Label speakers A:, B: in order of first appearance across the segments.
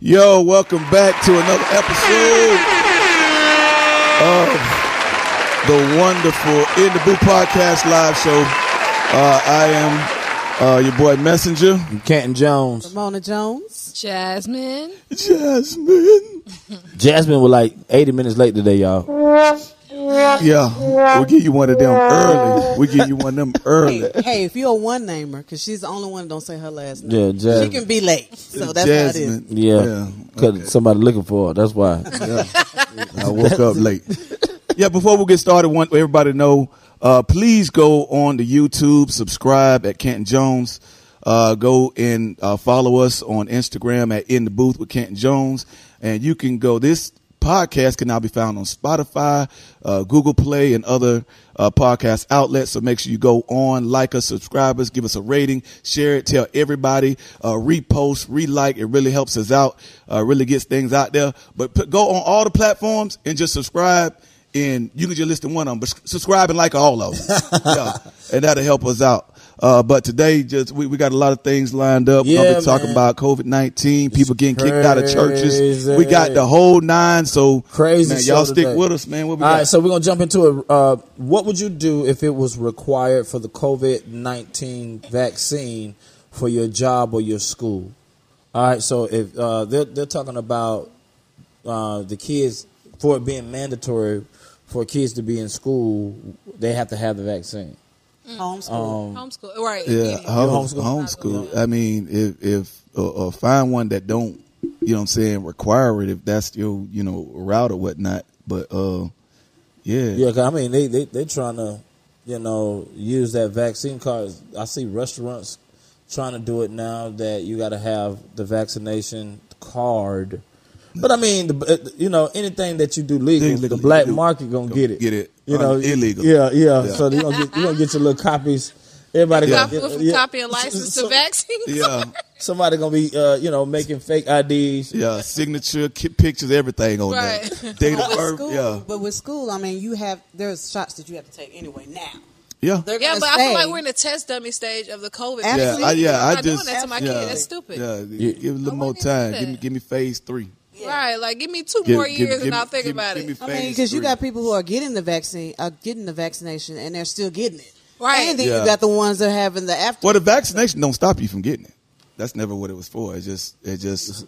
A: Yo, welcome back to another episode of the wonderful In the Boo Podcast live show. Uh, I am uh, your boy Messenger,
B: Canton Jones.
C: Mona Jones.
D: Jasmine.
A: Jasmine.
B: Jasmine was like 80 minutes late today, y'all.
A: Yeah, we'll give you one of them early. We'll give you one of them early.
C: Hey, hey, if you're a one namer, because she's the only one that don't say her last name.
B: Yeah,
C: She
B: Jasmine.
C: can be late, so that's how it
A: Jasmine.
C: is.
B: Yeah, because somebody looking for her. That's why.
A: I woke up late. Yeah, before we get started, want everybody to know, uh, please go on to YouTube, subscribe at Canton Jones. Uh, go and uh, follow us on Instagram at In the Booth with Canton Jones. And you can go, this podcast can now be found on Spotify, uh, Google Play, and other uh, podcast outlets. So make sure you go on, like us, subscribe us, give us a rating, share it, tell everybody, uh, repost, relike. It really helps us out, uh, really gets things out there. But put, go on all the platforms and just subscribe. And you can just list to one of them, but s- subscribe and like all of them. Yeah. And that'll help us out. Uh, but today, just we, we got a lot of things lined up.
B: Yeah,
A: I'm gonna talk
B: man.
A: about COVID 19, people getting kicked out of churches. We got
B: crazy.
A: the whole nine. So
B: Crazy.
A: man, y'all
B: show
A: stick
B: today.
A: with us, man. What we
B: All
A: got?
B: right, so we're gonna jump into it. Uh, what would you do if it was required for the COVID nineteen vaccine for your job or your school? All right, so if uh, they're they're talking about uh, the kids for it being mandatory for kids to be in school, they have to have the vaccine.
C: Mm. Homeschool.
D: Homeschool. Right.
A: Um, yeah, home,
B: homeschool?
A: homeschool. I mean, if if uh, uh, find one that don't, you know, what I'm saying require it if that's your you know route or whatnot. But uh, yeah,
B: Yeah, 'cause, I mean they they they trying to you know use that vaccine card. I see restaurants trying to do it now that you got to have the vaccination card. But I mean, the, uh, you know, anything that you do legal,
A: Legally,
B: the black
A: you
B: market gonna
A: gonna
B: get it.
A: get it.
B: You know,
A: Un- illegal.
B: Yeah, yeah.
A: Yeah.
B: So you gonna get you gonna get your little copies. Everybody
A: Yeah.
B: gonna,
D: From
B: yeah.
D: copy and license to
B: So-
D: vaccine.
A: yeah,
B: Somebody gonna be uh, you know making fake IDs.
A: yeah. Signature, ki- pictures, everything on there.
D: Right.
A: Date
C: But
A: of
C: with
A: birth.
C: school,
A: Yeah,
C: but with school, I mean, you have there's shots that you have to take anyway. Now
A: yeah.
C: they're
D: Yeah,
C: gonna
D: but I
C: say,
D: feel like we're in the test dummy stage of the COVID.
A: Yeah,
C: Absolutely.
A: I, yeah,
D: I'm
A: I
D: not
A: just
D: doing that to my
A: yeah,
D: kid. That's stupid.
A: Yeah, give it a little
D: I
A: more
D: wouldn't do
A: time.
D: that.
A: Give me, give me phase three.
D: Right. Like, give me two
A: Give-
D: more
A: give-
D: years
A: give-
D: and I'll think
A: give-
D: about
A: give
D: it.
A: me
C: I mean,
A: phase
C: because you
A: three.
C: got people who are getting the vaccine, are getting the vaccination, and they're still getting it.
D: Right.
C: And then
A: Yeah.
C: you got the ones that are having the after.
A: Well, the vaccination don't stop you from getting it. That's never what it was for. It just, it just,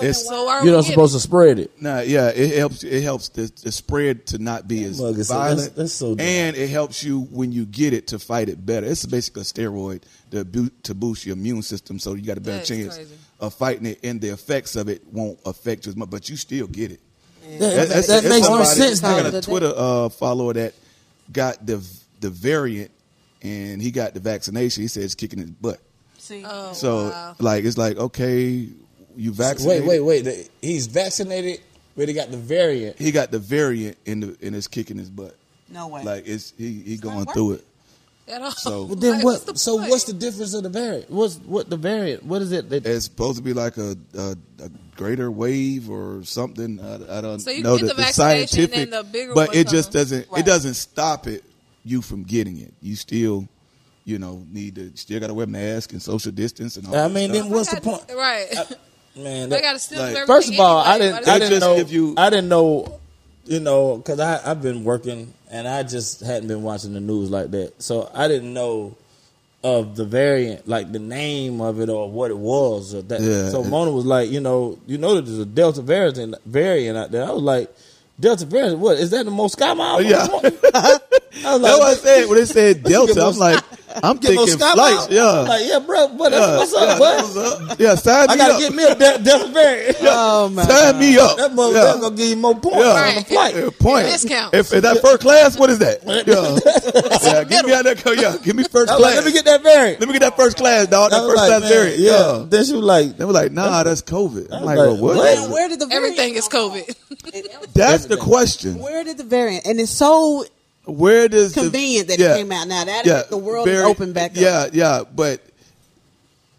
A: it's
D: so are
B: You're
D: we
B: not supposed to spread it.
A: nah, yeah. It helps. It helps the, the spread to not be as
B: Mug is-
A: violent.
B: that's- that's so dumb.
A: and it helps you when you get it to fight it better. It's basically a steroid to, bo- to boost your immune system, so you got a better
D: That's
A: chance
D: crazy.
A: of fighting it, and the effects of it won't affect you as much. But you still get it.
B: That,
A: That's-
B: that
A: that's
B: makes no
A: somebody-
B: sense.
A: I
B: Now.
A: got a Twitter uh, follower that got the the variant, and he got the vaccination. He said it's kicking his butt.
C: See,
D: Oh,
A: So
D: wow.
A: like it's like okay, you
B: Wait,
A: vaccinated.
B: wait, wait. The- He's vaccinated, but he got the variant.
A: He got the variant in the and it's kicking his butt.
C: no way.
A: Like it's he he going
D: not
A: through it.
D: At all.
A: So-
B: Well, then
D: Like,
B: what?
D: the
B: so
D: point?
B: what's the difference of the variant? What's what the variant? What is it? That,
A: It's supposed to be like a a, a greater wave or something. I, I don't
D: So you
A: know
D: get
A: that
D: the
A: the
D: vaccination
A: scientific,
D: and the bigger
A: but
D: one
A: it just
D: comes.
A: doesn't it
C: Right.
A: doesn't stop it you from getting it. You still you know need to still got to wear mask and social distance and all.
B: I
A: that
B: mean,
A: stuff.
B: then what's the
D: Gotta-
B: point,
D: Right.
B: man?
D: they
B: that-
D: got to still
A: like-
D: do
B: first of
D: everything
B: all, I
D: anyway.
B: didn't.
D: Why
B: I
D: do
A: It just
B: didn't know.
A: give you-
B: I didn't know. You know, because I I've been working and I just hadn't been watching the news like that, so I didn't know of the variant, like the name of it or what it was or that.
A: Yeah,
B: so
A: it-
B: Mona was like, you know, you know that there's a Delta variant variant out there. I was like, Delta variant? What is that? The Moscow Mile?
A: Yeah.
B: I
A: That's
B: was
A: what I
B: like,
A: said when they said Delta.
B: no
A: I'm like, I'm
B: get no
A: thinking
B: sky
A: flights.
B: mile?
A: Yeah,
B: Like, yeah, bro, but that's
A: yeah,
B: what's
A: yeah,
B: up,
A: that's
B: bud.
A: what's up. Yeah, sign
B: I
A: me
B: gotta
A: up.
B: get me a de- Delta variant.
C: oh my
A: Sign me up.
B: That motherfucker
A: Yeah.
B: gonna give you more points
A: Yeah.
B: on the
D: Right.
B: flight.
A: Yeah, point.
D: Discount.
A: If, if that first class, what is that? Yeah, yeah give me out that. co- Yeah, give me first
B: I
A: class.
B: was like, let me get that variant.
A: Let me get that first class, dog.
B: I
A: That
B: was
A: first
B: like,
A: class
B: man,
A: variant.
B: Yeah.
A: Yeah.
B: Then she was like,
A: They were like, nah, that's COVID. I'm
B: I'm
A: like,
B: like,
A: well, what?
B: what?
C: Now, where did the variant
D: Everything is
C: come
D: COVID.
C: from?
A: That's the question.
C: Where did the variant? And it's so
A: Where does the-
C: convenient that
A: yeah,
C: it came out now. That
A: Yeah,
C: the world is
A: very-
C: open back up.
A: Yeah, yeah, but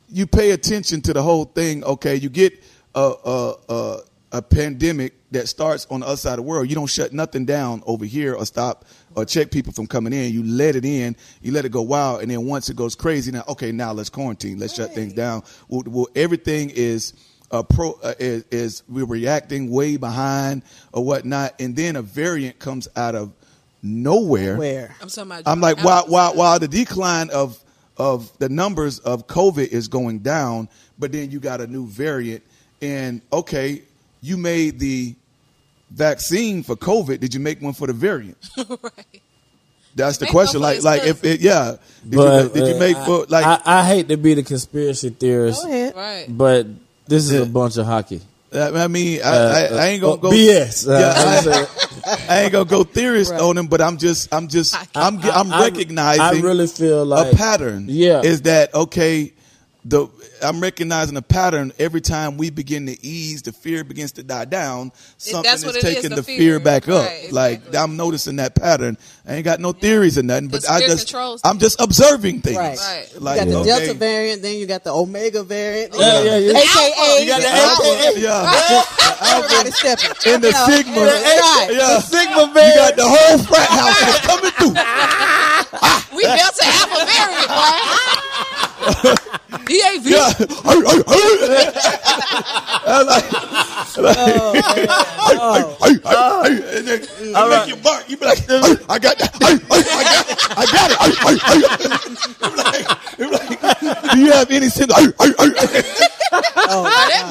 A: you pay attention to the whole thing. Okay, you get a a a, a pandemic that starts on the other side of the world. You don't shut nothing down over here or stop or check people from coming in. You let it in. You let it go wild, and then once it goes crazy, now okay, now let's quarantine. Let's shut things down. Well, well everything is. uh, pro uh, is, is we're reacting way behind or whatnot, and then a variant comes out of nowhere.
C: Where?
D: I'm talking about.
A: I'm like,
D: I'm-
A: while, while, while the decline of, of the numbers of COVID is going down, but then you got a new variant. And okay, you made the vaccine for COVID. Did you make one for the variant?
D: right.
A: That's the
D: Make one
A: question.
D: for
A: Like,
D: his
A: like if
D: cousin.
A: it, yeah. Did,
B: But
A: you, did
B: uh,
A: you make
B: I-
A: for, like,
B: I, I hate to be the conspiracy theorist,
C: Go ahead.
D: Right.
B: but this is a bunch of hockey.
A: I mean, I,
B: Uh,
A: I, I ain't gonna go.
B: BS. Uh,
A: Yeah,
B: I'm saying-
A: I ain't gonna go theorist
C: Right.
A: on him, but I'm just, I'm just, I'm,
B: I-
A: I'm
B: I- I
A: recognizing.
B: really feel like-
A: a pattern.
B: Yeah.
A: is that okay? The I'm recognizing a pattern every time we begin to ease, the fear begins to die down. Something
D: that's
A: is
D: what it is,
A: taking the
D: the
A: fear,
D: fear.
A: back up.
D: Right,
A: Like
D: exactly.
A: I'm noticing that pattern. I ain't got no theories or nothing, but
D: Because
A: I
D: fear
A: just,
D: controls
A: I'm just observing things.
C: Right.
D: Right. You
A: Like
C: you got the
A: okay.
C: Delta variant, then you got the Omega variant.
B: Yeah, yeah, yeah.
C: AKA.
B: You got the
C: Alpha.
B: AKA.
A: Yeah.
C: Everybody stepping.
A: And the Sigma.
C: Right.
A: Yeah.
B: Sigma
A: You got the whole frat house is coming through.
D: We built an alpha variant, boy. He ain't
A: Yeah. Oh,
D: yeah.
A: I'm like- I'm like- And then you make your mark. You be like, I got that. I got it. I got it. I'm like- I'm like, Do you have any sense?
D: that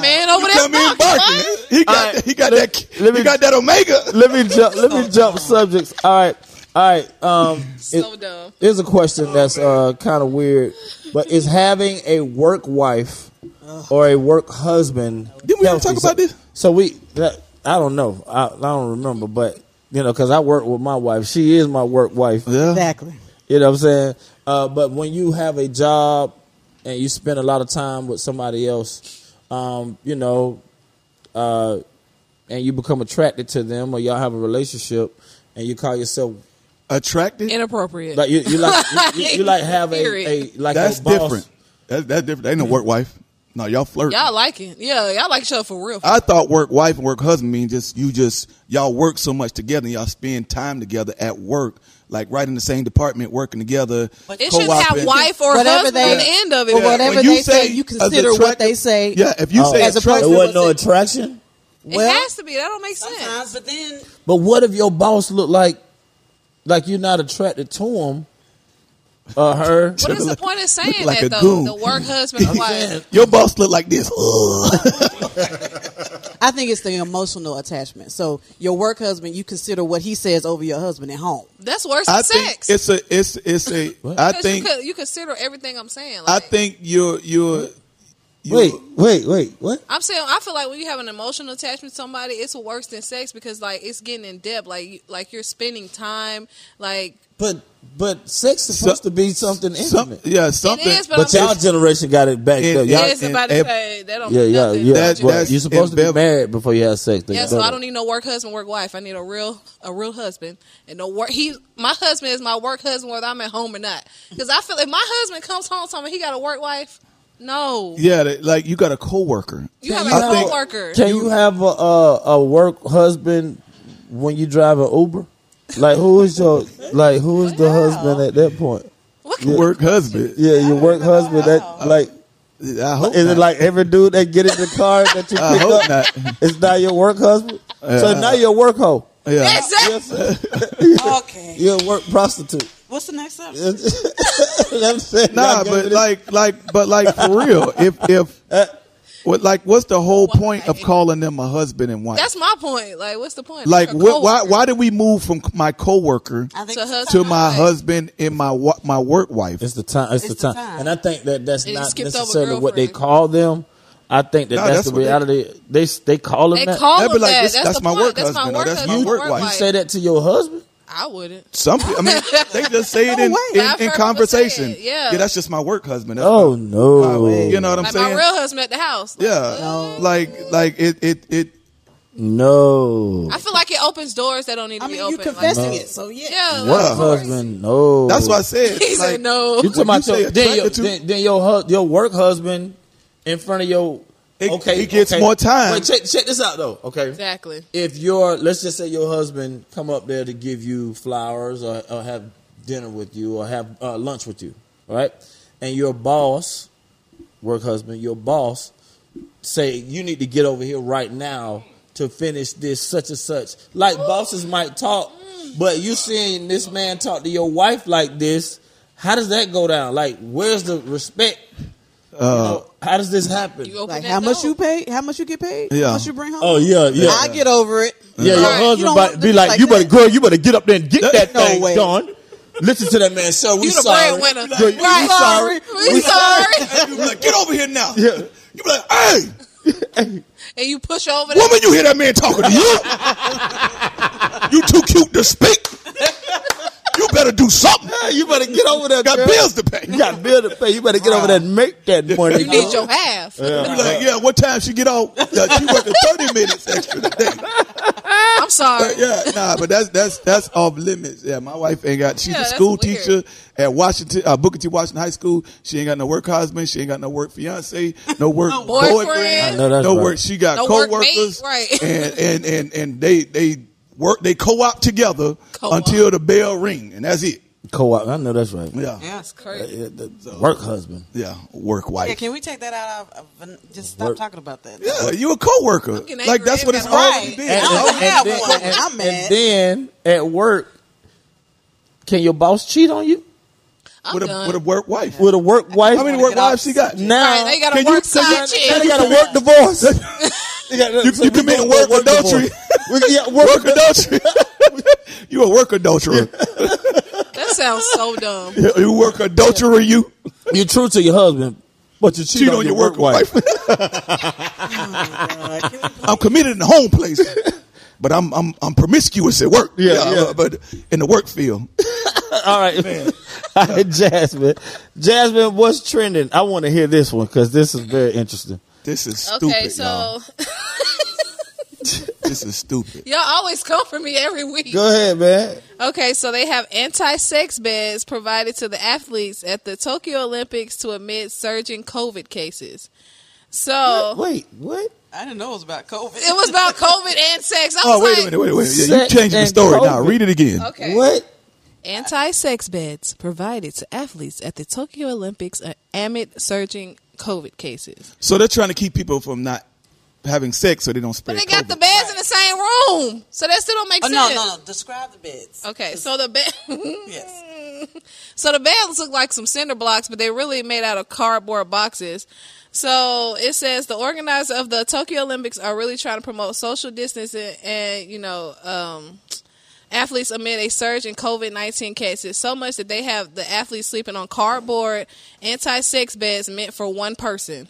D: man over there.
A: Come in barking. He got, that- he got that.
B: let me-
A: he got that omega.
B: let me jump. Let me jump subjects. All right, all right. Um,
D: So
B: it-
D: dumb.
B: here's a question that's uh kind of weird, but is having a work wife or a work husband?
A: Didn't we ever
B: healthy?
A: talk about
B: So-
A: this?
B: So we, that, I don't know. I, I don't remember, but you know, because I work with my wife. She is my work wife.
C: Exactly.
B: You know what I'm saying? Uh, but when you have a job and you spend a lot of time with somebody else, um, you know, uh, and you become attracted to them or y'all have a relationship and you call yourself
A: Attracted.
D: Inappropriate.
B: like you, you like you, you, you like have a, a
D: Period.
B: like
A: That's
B: a boss.
A: different. That's, that's different. That ain't no work wife. No, y'all flirt.
D: y'all like it. Yeah, y'all like each other for real.
A: I thought work wife and work husband mean just you just y'all work so much together and y'all spend time together at work, like right in the same department working together.
D: it should have
A: co-oping.
D: wife or
C: Whatever
D: husband
C: they-
D: on the end of it.
C: Well,
A: Yeah,
C: whatever
A: when you
C: they say,
A: say
C: you
A: as
C: consider what
A: attract-
C: they say.
A: Yeah, if you
B: Oh.
A: say
B: As
C: a
A: attract-
B: There
C: person-
B: wasn't no attraction.
C: Well-
D: it has to be. That don't make sense.
C: Sometimes, but then
B: But what if your boss look like like you're not attracted to him or her?
D: What is the
A: Like-
D: point of saying
A: like a
D: that though?
A: goon.
D: The work husband or wife.
A: your boss look like this. Ugh.
C: I think it's the emotional attachment. So your work husband, you consider what he says over your husband at home.
D: That's worse than
A: I think
D: sex.
A: it's a it's it's a. I
D: Because
A: think
D: you, could, you consider everything I'm saying.
A: I
D: Like,
A: think you're you're. you
B: Wait, wait, wait. What?
D: I'm saying I feel like when you have an emotional attachment to somebody, it's worse than sex because like it's getting in depth. Like you, like you're spending time. Like
B: But but sex is supposed
A: So-
B: to be something
A: some,
B: intimate.
A: yeah, something.
D: is, but
B: but
D: I'm-
B: y'all generation got it back
A: It-
B: up.
A: Yeah,
D: yeah,
B: Y'all,
D: it's about
A: and-
D: to say that don't
B: yeah,
D: mean
B: yeah,
D: nothing.
B: yeah.
A: That-
B: But
A: that's-
B: you're supposed to be
A: embev-
B: married before you have sex.
D: Yeah, so I don't need no work husband, work wife. I need a real, a real husband, and no work. He, my husband is my work husband, whether I'm at home or not. Because I feel if my husband comes home, telling me he got a work wife, no,
A: yeah, that- like you got a coworker.
D: you have a
B: you have-
D: coworker.
B: Can you have a, a a work husband when you drive an Uber? Like who is your like who is the husband at that point?
A: Work husband.
B: Yeah, your work husband that like
A: I hope
B: is
A: not.
B: it like every dude that get in the car that you pick
A: I
B: up
A: hope not. Uh,
B: is not your work husband? so
A: Yeah.
B: now you're a work hoe.
A: Yeah.
D: Exactly.
C: Okay.
B: You're a work prostitute.
C: What's the next up?
B: I'm saying,
A: Nah,
B: y'all give
A: but
B: it-
A: like, like, but like for real, if if
D: Uh,
A: what, like, what's the whole point of calling them a husband and wife?
D: That's my point. Like, what's the point?
A: like,
D: You're a
A: what, why
D: coworker.
A: why did we move from my coworker
C: I think
D: To
A: to
D: husband.
A: my
D: Right.
A: husband and my wa- my work wife?
B: It's the time. It's,
C: It's
B: the,
C: the
B: time.
C: time.
B: And I think that that's
D: And you
B: not
D: skipped over
B: necessarily what they
D: girlfriend.
B: call them. I think that
A: No,
B: that's,
A: that's
B: the
A: what they-
B: reality. They s- they call them
D: They
B: that.
D: call
A: They'd be
D: them
A: like,
D: that.
A: this-
D: that's,
A: that's
D: the
A: my
D: point.
A: work
D: that's
A: husband
D: My
A: or
D: work
A: that's my
D: husband,
A: work
D: work
A: wife.
B: you say that to your husband.
D: I wouldn't.
A: Some, pe- I mean, they just say it in,
C: way.
A: in,
D: I've
A: in
D: heard people
A: conversation.
D: say it, yeah.
A: that's just my work husband. That's
B: Oh no!
A: my- you know what I'm
D: Like my
A: saying?
D: real husband at the house. Like,
A: yeah, like like it it it.
B: no.
D: I feel like it opens doors that don't need to
C: I
D: be
C: mean,
D: open.
C: you
D: Like,
C: confessing it, so yeah.
D: yeah. like,
B: Work
D: of course.
B: husband, no.
A: That's why I said.
D: He said
A: like,
D: no.
B: You
A: When
B: talking
A: you
B: about
A: say
B: your, then your
A: attracted to-
B: then, then your hus- your work husband in front of your.
A: It-
B: okay,
A: he gets
B: okay.
A: more time.
B: Wait, check check this out though. Okay,
D: Exactly.
B: if your let's just say your husband come up there to give you flowers or, or have dinner with you or have uh, lunch with you, all right? And your boss, work husband, your boss say you need to get over here right now to finish this such and such. Like bosses might talk, but you seeing this man talk to your wife like this. How does that go down? Like, where's the respect?
A: uh,
B: You know, how does this happen?
D: You open
C: Like
D: that
C: how much
D: door.
C: you pay? How much you get paid?
A: Yeah.
C: How much you bring home?
B: Oh yeah, yeah,
C: I get over it.
B: yeah. Your
D: Right. You
B: husband
C: don't
B: might
C: want
B: be
C: to
B: like,
C: like
B: you better
C: that.
B: girl, you better get up there and get that
C: No
B: thing
C: way.
B: done. Listen to that man, sir. We
D: You the
B: sorry.
D: breadwinner.
B: Girl, you- we
D: Right.
B: sorry.
D: We sorry.
A: you be like, get over here now.
B: Yeah.
A: You be like, hey,
D: and you push over there.
A: woman, you hear that man talking to you? you too cute to speak. You better do something.
B: Yeah, You better get over that.
A: Got
B: girl.
A: bills to pay.
B: You got bill to pay. You better get over that. and Make that money.
D: You need your half.
A: You be like, yeah, what time she get off? Yeah, she worked the 30 minutes extra today.
D: I'm sorry.
A: yeah, nah, but that's that's that's off limits. Yeah, my wife ain't got. She's
D: Yeah,
A: a
D: that's
A: school
D: weird.
A: teacher at Washington, uh, Booker T. Washington High School. She ain't got no work husband. She ain't got no work fiance. No work
D: No
A: boyfriend.
D: boyfriend. I
B: know that's
A: no
B: right.
A: work. She got
D: No work mate,
A: coworkers.
D: right.
A: And and and and they they work. They co-op together
D: Co-op.
A: until the bell ring, and that's it.
B: Co-op. I know that's right.
A: Yeah, yeah,
D: That's crazy.
B: Yeah, the work husband.
A: work wife.
E: Yeah, can we take that out of, of just stop
B: Work.
E: talking about that?
A: yeah, you a coworker.
D: getting
A: Like
D: angry.
A: that's what it's
D: Right.
A: already been.
E: I don't have one. I'm
B: and
E: mad.
B: then at work, can your boss cheat on you
D: I'm
A: With a
D: done.
A: with a work wife.
B: with a work wife?
A: How many
E: wanna
A: work
E: get off.
A: wives she got?
B: now?
D: Right, they got a
A: Can you-
D: work
A: can you-
D: side chick.
B: now they got a work divorce. They got-
A: You-
B: so
A: you
B: we
A: committed
B: gonna
A: work
B: go
A: adultery.
B: divorce. We- yeah, work
A: Work adultery. you a work adulterer.
D: That sounds so dumb.
A: You work adultery, you
B: You're true to your husband, but you cheat,
A: cheat on your work wife.
E: Uh,
A: I'm committed in the home place, but I'm I'm I'm promiscuous at work.
B: Yeah, yeah.
A: but in the work field,
B: All right, All right, Jasmine. Jasmine, what's trending? I want to hear this one because this is very interesting.
A: this is stupid.
D: Okay,
A: y'all.
D: so
A: this is stupid.
D: y'all always come for me every week.
B: Go ahead, man.
D: Okay, so they have anti-sex beds provided to the athletes at the Tokyo Olympics to amid surging COVID cases. So
B: Wait, what?
E: I didn't know it was about COVID.
D: it was about COVID and sex. I was
A: Oh wait a
D: like,
A: minute, wait a minute. Yeah, you
B: Sex
A: changing the
B: and
A: story now.
B: COVID.
A: Read it again.
D: Okay.
B: What?
D: Anti-sex beds provided to athletes at the Tokyo Olympics amid surging COVID cases.
A: So they're trying to keep people from not having sex so they don't spread.
D: But they got
A: COVID.
D: the beds in the same room, so that still don't make
E: Oh,
D: sense.
E: no, no, no. Describe the beds.
D: Okay, so the bed,
E: Yes.
D: so the beds look like some cinder blocks, but they're really made out of cardboard boxes. So it says the organizers of the Tokyo Olympics are really trying to promote social distancing and you know um, athletes amid a surge in COVID nineteen cases. So much that they have the athletes sleeping on cardboard anti sex beds meant for one person.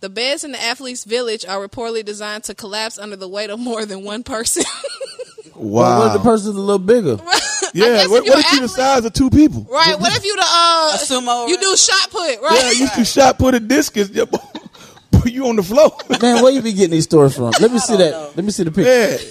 D: The beds in the athletes' village are reportedly designed to collapse under the weight of more than one person.
B: Why
A: Wow.
B: was the person's a little bigger?
D: I guess
A: yeah.
D: if
A: What,
D: you're
A: what if you
D: an
A: the
D: athlete-
A: size of two people?
D: Right. What if you the uh,
E: A sumo
D: you do
E: wrestler.
D: shot put,
A: Yeah.
D: right?
A: You should shot put a discus. Yeah, boy. you on the floor.
B: Man, where you be getting these stories from? Let me see that.
E: know.
B: Let me see the picture.
A: Yeah.
B: Let me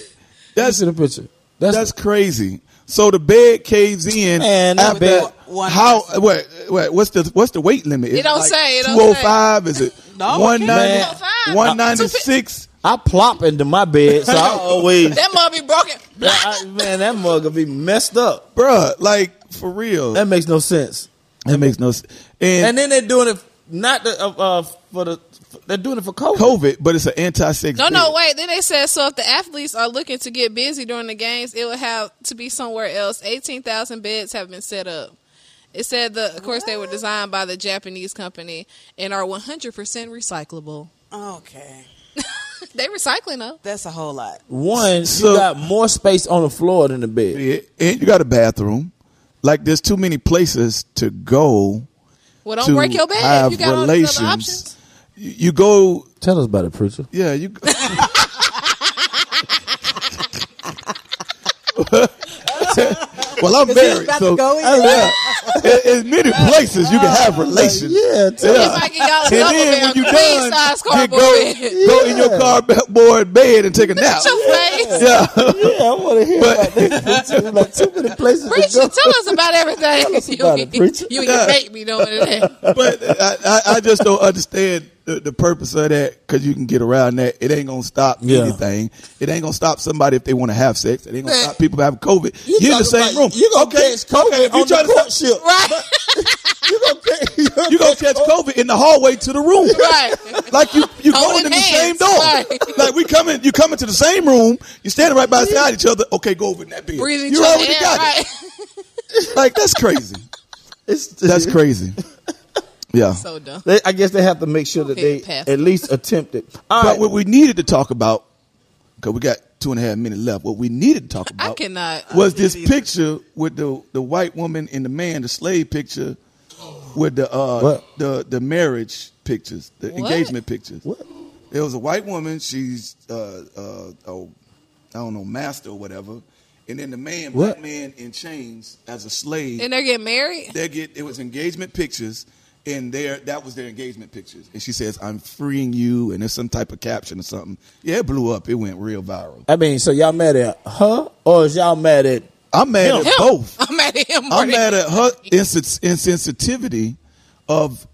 A: That's
B: see the picture. That's,
A: That's crazy. So the bed caves in.
B: Man, I
A: after
B: bet.
E: One
A: how?
E: person.
A: What, what? What's the what's the weight limit? Is
D: It don't say, it don't
A: Two hundred five. Is it
E: No,
A: one ninety?
B: it can't.
D: Man.
A: One ninety six.
B: I plop into my bed, so I always.
D: That mug be broken.
B: I- I- man, that mug will be messed up.
A: Bruh, like for real.
B: That makes no sense.
A: That makes no sense.
B: And
A: And,
B: then they're doing it not the, uh, uh, for the. They're doing it for COVID.
A: COVID, but it's an anti sex.
D: No, no, wait. Then they said so if the athletes are looking to get busy during the games, it will have to be somewhere else. Eighteen thousand beds have been set up. It said the of course they were designed by the Japanese company and are one hundred percent recyclable.
E: Okay.
D: They recycling them.
E: That's a whole lot.
B: One,
A: So-
B: you got more space on the floor than the bed.
A: And you got a bathroom. Like there's too many places to go.
D: Well, don't
A: to
D: break your bed.
A: have
D: if You got all these
A: relations.
D: other options.
A: You, you go.
B: Tell us about it, preacher.
A: Yeah, you. well, I'm married,
E: about
A: so
E: to go in?
A: I- yeah. There- there's many places you can have relations.
B: Yeah, tell
A: Yeah.
D: If I get y'all a
A: And then when
D: double
A: you
D: bed, queen size
A: done, you
D: cardboard
A: go,
D: bed.
A: go in your
B: Yeah.
A: cardboard bed and take a nap.
D: Your face.
A: Yeah,
B: Yeah, I want to hear
A: But-
B: about this. preacher. Like too many places to
D: Preacher,
B: go.
D: tell us about everything.
B: about it, preacher.
D: you you can make me doing that.
A: but I, I, I just don't understand the, the purpose of that, because you can get around that. It ain't gonna stop
B: Yeah.
A: anything. It ain't gonna stop somebody if they want to have sex. It ain't gonna
B: Man.
A: stop people having COVID. You are in the
B: talking
A: same room.
B: about- You gonna
A: okay,
B: catch COVID
A: okay, if you
B: on
A: try
B: the
A: to stop-
B: courtship,
D: Right.
B: You gonna catch? You gonna,
A: you gonna catch COVID in the hallway to the room.
D: Right.
A: Like you, you going
D: Holding
A: in the
D: hands.
A: same door.
D: Right.
A: Like we coming, you coming to the same room. You standing right by side each other. Okay, go over in that bed.
D: Breathing
A: you
D: each other
A: already
D: in,
A: got
D: right.
A: it. Like that's crazy.
B: It's,
A: That's crazy. Yeah.
D: So dumb.
B: They, I guess they have to make sure that
D: Okay,
B: they
D: pass.
B: at least attempt it. All
A: But
B: right.
A: what we needed to talk about, because we got two and a half minutes left, what we needed to talk about
D: I cannot.
A: was this picture with the the white woman and the man, the slave picture, with the uh,
B: What?
A: the the marriage pictures, the
D: What?
A: engagement pictures.
B: What?
A: It was a white woman. She's uh, uh, oh, I don't know, master or whatever. And then the man,
B: What?
A: black man in chains as a slave.
D: And they're getting married.
A: they get it was engagement pictures, and there that was their engagement pictures. And she says, "I'm freeing you," and there's some type of caption or something. Yeah, it blew up. It went real viral.
B: I mean, so y'all mad at her, or is y'all mad at?
A: I'm mad at
D: Him.
A: both.
D: I'm mad at him. more
A: I'm
D: than-
A: mad at her insens- insensitivity of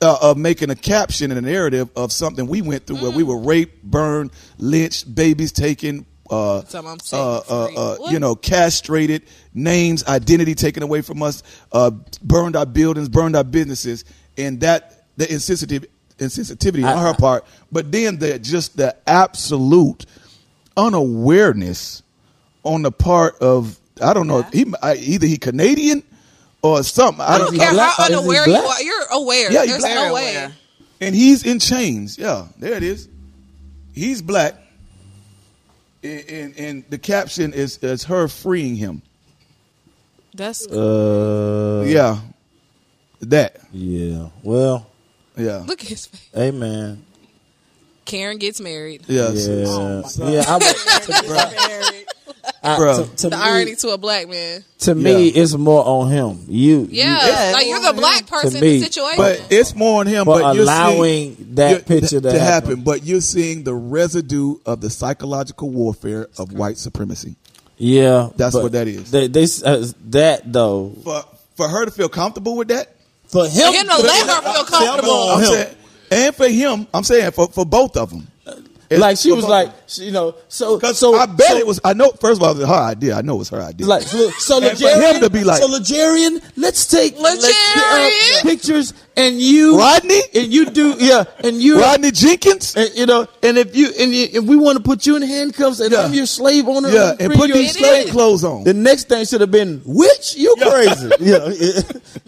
A: uh, of making a caption and a narrative of something we went through where
D: Mm.
A: we were raped, burned, lynched, babies taken, uh,
D: Some I'm saying
A: uh, uh,
D: free.
A: uh,
D: What?
A: you know, castrated, names, identity taken away from us, uh, burned our buildings, burned our businesses, and that the insensitive insensitivity on
B: I-
A: her part. But then the just the absolute unawareness on the part of I don't know if he I, either he Canadian or something. I
D: I
A: don't,
D: don't
B: Is he
D: care
B: black?
D: how
B: Is he
D: unaware you
B: black?
D: are. You're aware.
A: Yeah, he
D: There's
A: black.
D: no
E: Very
D: way.
E: aware.
A: And he's in chains. Yeah, there it is. He's black, and and, and the caption is is her freeing him.
D: That's
B: Uh,
A: yeah, that.
B: yeah. Well,
A: Yeah,
D: look at his face.
B: amen.
D: Karen gets married.
A: yeah,
B: Yeah,
A: so-
B: yeah. I, would-
E: Very-
B: I-
A: Bruh.
B: to, to
D: The irony
B: me,
D: to a black man.
B: to me,
A: Yeah.
B: it's more on him. You,
D: Yeah,
B: you-
D: like you're the black person in
B: me,
D: the situation.
A: But it's more on him.
B: for
A: but you're seeing-
B: allowing that
A: you're-
B: picture
A: to,
B: to,
A: happen. But you're seeing the residue of the psychological warfare of white supremacy.
B: Yeah,
A: That's
B: but
A: what that is.
B: They, they s- uh, that though
A: For for her to feel comfortable with that,
B: for him,
D: him to let her feel comfortable.
A: I'm saying- and for him, I'm saying for, for both of them. It's
B: like she
A: for
B: was
A: both.
B: like, she- you know, so
A: 'Cause
B: Uh, so
A: I bet
B: so-
A: it was. I know. First of all, it was her idea. I know it was her idea.
B: Like so, so
A: And for
B: Legarian,
A: him to be like-
B: so Legarian, let's take let's
D: Legarian.
B: get, uh, pictures and you
A: Rodney,
B: and you do yeah and you
A: Rodney Jenkins.
B: and, you know and if you and you, if we want to put you in handcuffs and
A: Yeah.
B: I'm your slave owner
A: Yeah,
B: I'm
A: and
B: free,
A: put
B: you're
A: these
B: a
A: slave
B: slave.
A: clothes on
B: the next thing should have been which you crazy yeah,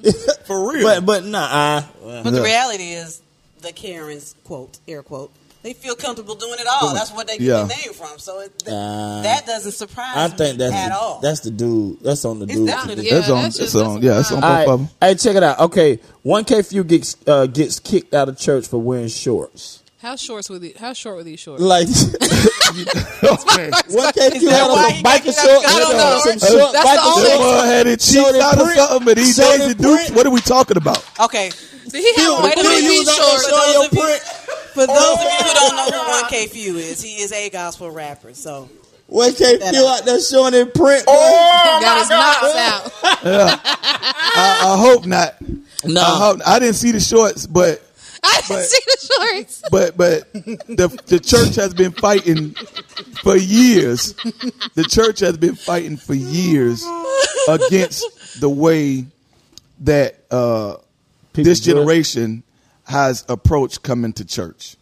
B: yeah.
A: for real.
B: but but nah
E: But the reality is, the Karens quote air quote. They feel comfortable doing it all. That's what they get
A: Yeah.
E: their name from. So it, th-
B: Uh,
E: that doesn't surprise
B: I
E: me
B: think that's
E: at all.
B: the, that's the dude that's on the
E: It's
B: dude
E: down to
D: Yeah,
A: that's on.
D: that's
A: it's
D: just-
A: on.
D: that's
A: Yeah, it's on
D: fine.
A: both
B: All
A: of
B: right.
A: them.
B: Hey, check it out. Okay, one K few gets uh, gets kicked out of church for wearing shorts.
D: how shorts were these? How short were these shorts?
B: Like one K few had on
E: why
B: some
E: you
B: biker
E: got kicked
D: out?
B: shorts.
D: I don't
B: you
D: know.
B: Some short
D: That's the
B: biker
D: only-
A: That
B: shorts.
A: boy had it cheeks
B: So did
A: out or
B: Prince.
A: something. But these
B: So
A: days,
B: did
A: it dupes.
B: Prince.
A: What are we talking about?
E: okay.
D: Did he have
B: Dude,
D: white
B: dude, you
D: women
B: was out there
D: shorts?
B: showing
E: those
B: your
E: of you-
B: print. Oh.
E: For those of you who don't know who 1K Few is, he is a gospel rapper. So
B: One K few out there showing in print.
D: Got his knots out.
A: I, I hope not.
B: No.
A: I, hope, I didn't see the shorts, but
D: I didn't see the shorts.
A: but but the the church has been fighting for years. The church has been fighting for years against the way that uh, this
B: do it.
A: generation has approached coming to church.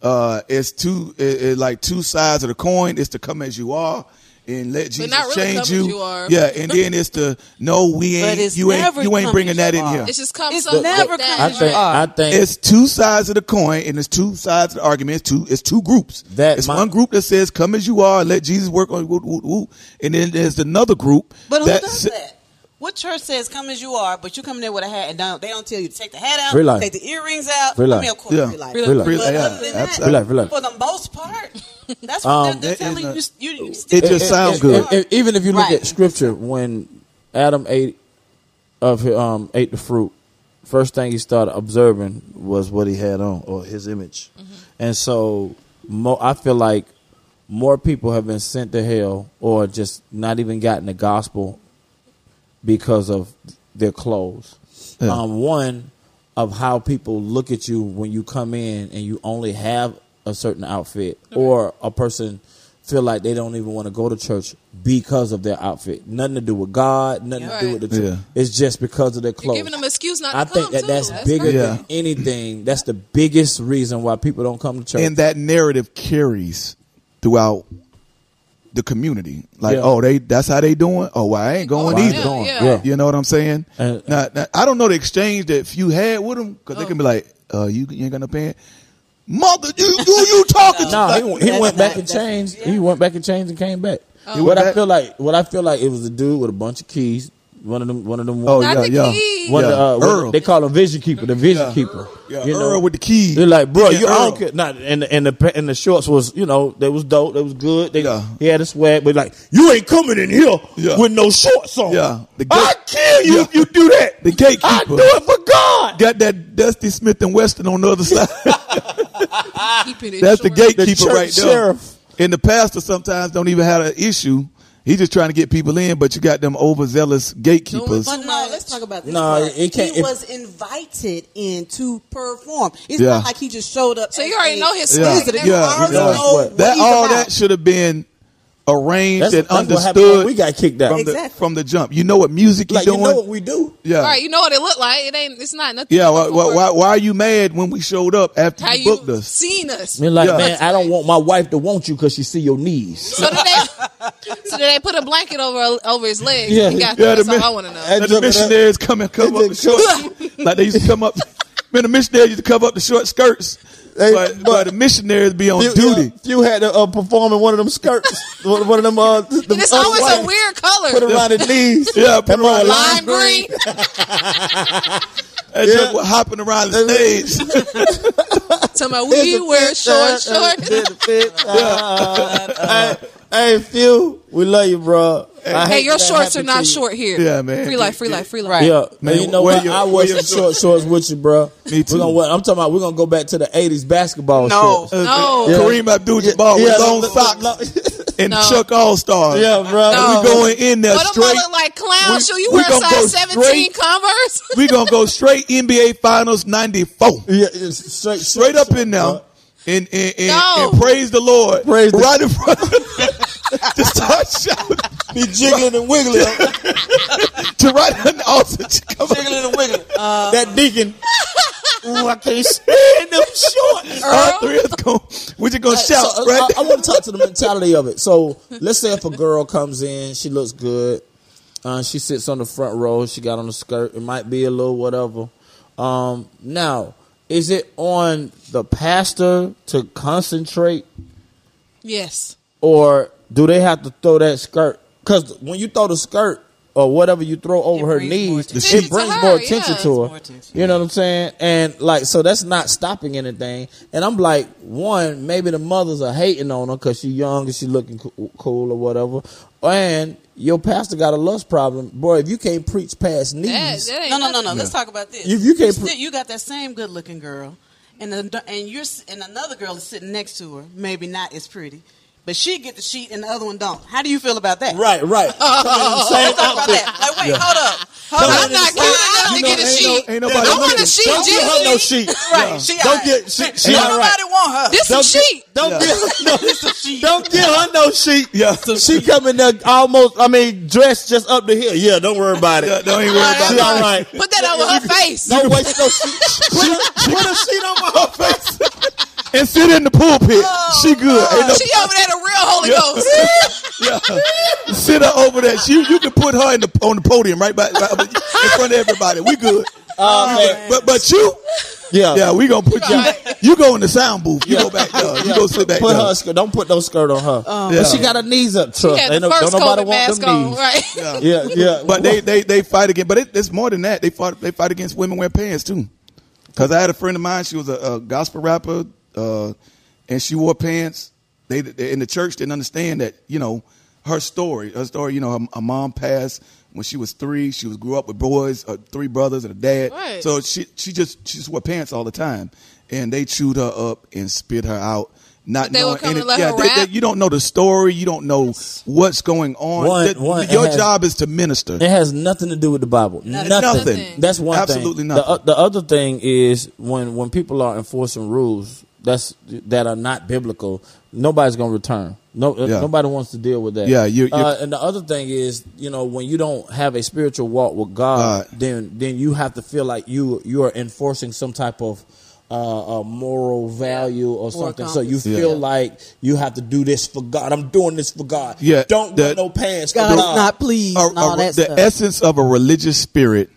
A: Uh, it's two it, it like two sides of the coin. It's to come as you are. And let Jesus
D: not really
A: change
D: come as
A: you.
D: you are.
A: Yeah, and then it's the no, we
E: But
A: ain't.
E: it's
A: You ain't.
E: never
A: You ain't
E: come
A: bringing
E: as
A: that
E: you
A: in
E: are.
A: here.
D: It's just come
E: It's
D: so
E: never
D: that-
E: come
B: I think
A: uh,
B: I think
A: It's two sides of the coin, and it's two sides of the argument. It's two. It's two groups.
B: That
A: it's
B: my-
A: one group that says, "Come as you are, let Jesus work on you," woo, woo, woo. and then there's another group.
E: But who
A: that
E: does
A: sa-
E: that? What church says come as you are, but you come in there with a hat and don't, they don't tell you to take the hat out,
B: Free life.
E: take the earrings out.
B: Free
E: I
B: life.
E: mean, of course,
A: Yeah.
E: free life.
D: Free
E: But
D: life.
B: Free
A: life. Yeah,
E: other than that,
A: absolutely. Free
B: life, free life.
E: for the most part, that's what
B: Um,
E: they're, they're
A: that is
E: telling you.
A: not-
E: You, you still
A: It just
E: come
A: sounds
E: as
A: good.
E: you are.
B: and- and even if you look
E: Right.
B: at scripture, when Adam ate of hi- um ate the fruit, first thing he started observing was what he had on or his image, and so mo- I feel like more people have been sent to hell or just not even gotten the gospel because of their clothes.
A: Yeah.
B: Um, one,
F: of how people look at you when you come in and you only have a certain outfit or a person feel like they don't even want to go to church because of their outfit. Nothing to do with God, nothing
D: Yeah.
F: to do with the church.
A: Yeah.
F: It's just because of their
D: You're
F: clothes.
D: giving them an excuse not
F: I
D: to
F: think
D: come,
F: that
D: too.
F: that's, bigger
D: perfect.
A: Yeah.
F: than anything. That's the biggest reason why people don't come to church.
A: and that narrative carries throughout the community. Like,
F: Yeah.
A: oh, they that's how they doing. Oh, well, I ain't going
D: Oh,
A: either.
D: yeah, yeah.
F: Yeah.
A: You know what I'm saying?
F: Uh, Oh.
A: now, now, I don't know the exchange that few had with them because they can be like, uh, you, you ain't got no pants. Mother, you who you talking to?
F: No,
A: Like,
F: he, he
B: That's
F: went
B: not-
F: back and
B: that's-
F: changed. He went back and changed and came back.
D: Oh.
A: He
F: What
A: went
F: I
A: back-
F: feel like, what I feel like, it was a dude with a bunch of keys. One of them, one of them.
A: oh
D: Not
A: yeah,
D: the
A: yeah,
D: keys.
F: One of the,
A: yeah.
F: uh, what-
A: Earl.
F: they call him vision keeper, the vision keeper.
A: yeah,
F: you know?
A: Earl with the keys.
F: They're like, bro,
A: Yeah,
F: you I
A: Earl.
F: don't care. Not and the- and the pa- and the shorts was, you know, they was dope, they was good. They
A: Yeah.
F: he had a swag, but like, you ain't coming in here
A: Yeah.
F: with no shorts on.
A: Yeah. The
F: I
A: gate-
F: kill you
A: Yeah.
F: if you do that.
A: The gatekeeper.
F: I do it for God.
A: Got that Dusty Smith and Weston on the other side.
D: Keeping it
A: That's the
D: short.
A: gatekeeper
F: church
A: right there.
F: sheriff.
A: And the pastor sometimes don't even have an issue. He's just trying to get people in, but you got them overzealous gatekeepers.
B: But no, let's talk about this.
F: No,
B: part.
F: it can't-
B: He
F: if-
B: was invited in to perform. It's
A: Yeah.
B: not like he just showed up.
D: So you
B: as
D: already
B: a
D: know his
A: Yeah.
D: swag.
B: visitor. You
A: Yeah.
B: already
A: Yeah.
B: know
F: That-
B: what
A: That
B: he's
A: all
B: about.
A: that should have been arranged
F: That's,
A: and
F: that's what happened
A: understood
F: when we got kicked out.
A: from, the,
B: Exactly.
A: from the jump. You know what music
F: like
A: you're
F: you
A: doing.
F: know what we do.
A: yeah,
D: All right, you know what it looked like. It ain't. It's not nothing.
A: yeah.
D: to
A: Why,
D: look
A: why,
D: for.
A: why, why are you mad when we showed up after
D: How
A: you
D: you
A: booked us?
D: seen us?
F: You're like,
A: Yeah.
F: man, I don't want my wife to want you because she see your knees.
D: So did they? so did they put a blanket over over his legs?
F: Yeah.
D: Yeah, he got
A: Yeah,
D: that's
A: the
D: all
A: mi-
D: I want to know.
F: And
A: And the
F: took it up.
A: missionaries come and come
F: And
A: up
F: took
A: the short, like they used to come up. Man, the missionaries used to come up the short skirts,
F: Hey,
A: but, but,
F: but-
A: the missionaries be on
F: Few-
A: duty.
F: yeah, few had to uh, perform in one of them skirts, one one of them. Uh, th- them
D: And it's
F: other
D: always
F: white-
D: a weird color.
F: Put around the knees.
A: Yeah, put
F: That mother
A: around the
D: lime green.
A: And
F: Yeah.
A: just hopping around the stage.
D: Tell me, we wear short
F: uh,
D: shorts.
F: Hey, Phil, we love you, bro. I
D: Hey,
F: hate
D: your
F: that
D: shorts are
F: happened
D: not
F: to you.
D: short here.
A: Yeah, man.
D: Free life, free life, free life.
F: Yeah, man,
A: Man,
F: you know
A: wear
F: what?
A: your-
F: I
A: wear
F: wear
A: your
F: some short shorts with you, bro.
A: Me too.
F: We're gonna, wear- I'm talking about we're gonna go back to the '80s basketball
E: No.
F: shorts.
D: No.
A: Uh, Kareem
F: Oh,
A: Abdul-Jabbar with long socks and
D: No.
A: Chuck All-Star.
F: yeah, bro.
D: No.
A: We going in there
D: What a
A: straight.
D: look like clown
A: we-
D: shoe. You
A: we
D: wear
A: gonna go
D: size seventeen
A: straight-
D: Converse.
A: we gonna go straight NBA Finals '94,
F: Yeah, it's straight,
A: straight up in
F: now.
A: now, and and, and,
D: No.
A: and praise the Lord,
F: Praise the-
A: right in front. of- Just start shouting
F: Be jiggling and wiggling.
A: to right on the altar. Just Come on.
E: Jiggling and wiggling.
F: that deacon. Ooh, I can't stand them shorts.
A: All three of us going. We just gonna shout
F: So, uh,
A: right.
F: I, want to talk to the mentality of it. So let's say if a girl comes in, she looks good, uh, she sits on the front row, she got on the skirt. It might be a little whatever. Um, now, is it on the pastor to concentrate,
D: Yes.
F: or do they have to throw that skirt? Because when you throw the skirt or whatever you throw over her
E: brings more
F: knees,
E: attention
F: it
D: to
F: brings
D: her,
F: more
D: yeah.
F: attention
D: Brings
F: to
E: more
F: her.
E: attention.
F: You know what I'm saying? And like, so that's not stopping anything. And I'm like, one, maybe the mothers are hating on her because she young and she looking coo- cool or whatever. And your pastor got a lust problem, boy. If you can't preach past
D: That,
F: knees,
D: that ain't
E: No, no, no,
D: nothing.
E: no. Let's talk about this.
F: You- you can't
E: still-
F: pr-
E: you got that same good-looking girl, and the, and you're s- and another girl is sitting next to her. Maybe not as pretty, but she get the sheet, and the other one don't. How do you feel about that?
F: right, right.
E: Let's Oh, talk about that. Like, wait, hold up. Hold
D: I'm
E: up.
D: not cute enough to
A: You know,
D: get
A: ain't
D: a
A: no-
D: sheet.
A: ain't nobody
D: I want
A: looking.
D: a sheet.
F: Don't give her no
D: Jimmy.
F: sheet.
E: Right. She all
F: Don't
E: right.
F: get she. she
E: Don't
F: all right.
E: nobody want her.
D: This some
F: Don't get-
D: sheet.
F: Don't
A: Yeah.
F: get no.
E: sheet.
F: Don't get her no sheet.
A: Yeah.
F: She coming there almost. I mean, dressed just up to here. Yeah, don't worry about it.
A: Yeah, don't even worry about
F: She
A: it.
F: all right.
D: Put that over her face.
F: Don't waste no sheet. Put a, put a sheet on my face.
A: and sit in the pulpit. she good. Ain't no-
D: She over there the real Holy
A: Yeah.
D: Ghost.
A: yeah. Sit her over there. She, you can put her in the on the podium right by, right in front of everybody. We good.
F: Oh,
A: but but you,
F: Yeah.
A: yeah, we gonna put you. You go in the sound booth. You go back there. You go sit back
F: Put
A: there.
F: her skirt. Don't put no skirt on her.
A: Yeah.
F: But she got her knees up. Trust.
D: Oh. She had
F: Ain't
D: the
F: no, don't
D: first
F: nobody
D: COVID
F: want
D: mask
F: them
D: on,
F: knees.
D: right?
F: Yeah, yeah.
A: But they, they they fight again. But it, it's more than that. They fight they fight against women wearing pants too. Because I had a friend of mine. She was a, a gospel rapper, uh, and she wore pants. They, they in the church didn't understand that you know her story. Her story. You know, her, her mom passed when she was three. She was grew up with boys, uh, three brothers and a dad.
D: Right.
A: So she she just she just wore pants all the time, and they chewed her up and spit her out. Not
D: they will
A: knowing
D: come
A: any-
D: and let
A: yeah,
D: her
A: they- they-
D: rap?
A: you don't know the story. You don't know what's going on.
B: One-
A: That-
B: one,
A: your
B: it has-
A: job is to minister.
B: It has nothing to do with the Bible. Nothing.
A: nothing.
B: That's one
A: Absolutely
B: thing.
A: nothing.
B: The, o- the other thing is when when people are enforcing rules that's that are not biblical, nobody's going to return. No, uh,
A: Yeah.
B: nobody wants to deal with that.
A: Yeah, you- you-
B: Uh, and the other thing is, you know, when you don't have a spiritual walk with God,
A: God.
B: then then you have to feel like you you are enforcing some type of uh, uh, moral value or something. So you
C: compass.
B: feel
C: Yeah.
B: like you have to do this for God. I'm doing this for God.
A: Yeah,
B: don't
A: the-
B: wear no pants. for
C: God is
B: God.
C: not pleased
A: A-
C: and all
A: a-
C: that
A: the
C: stuff.
A: essence of a religious spirit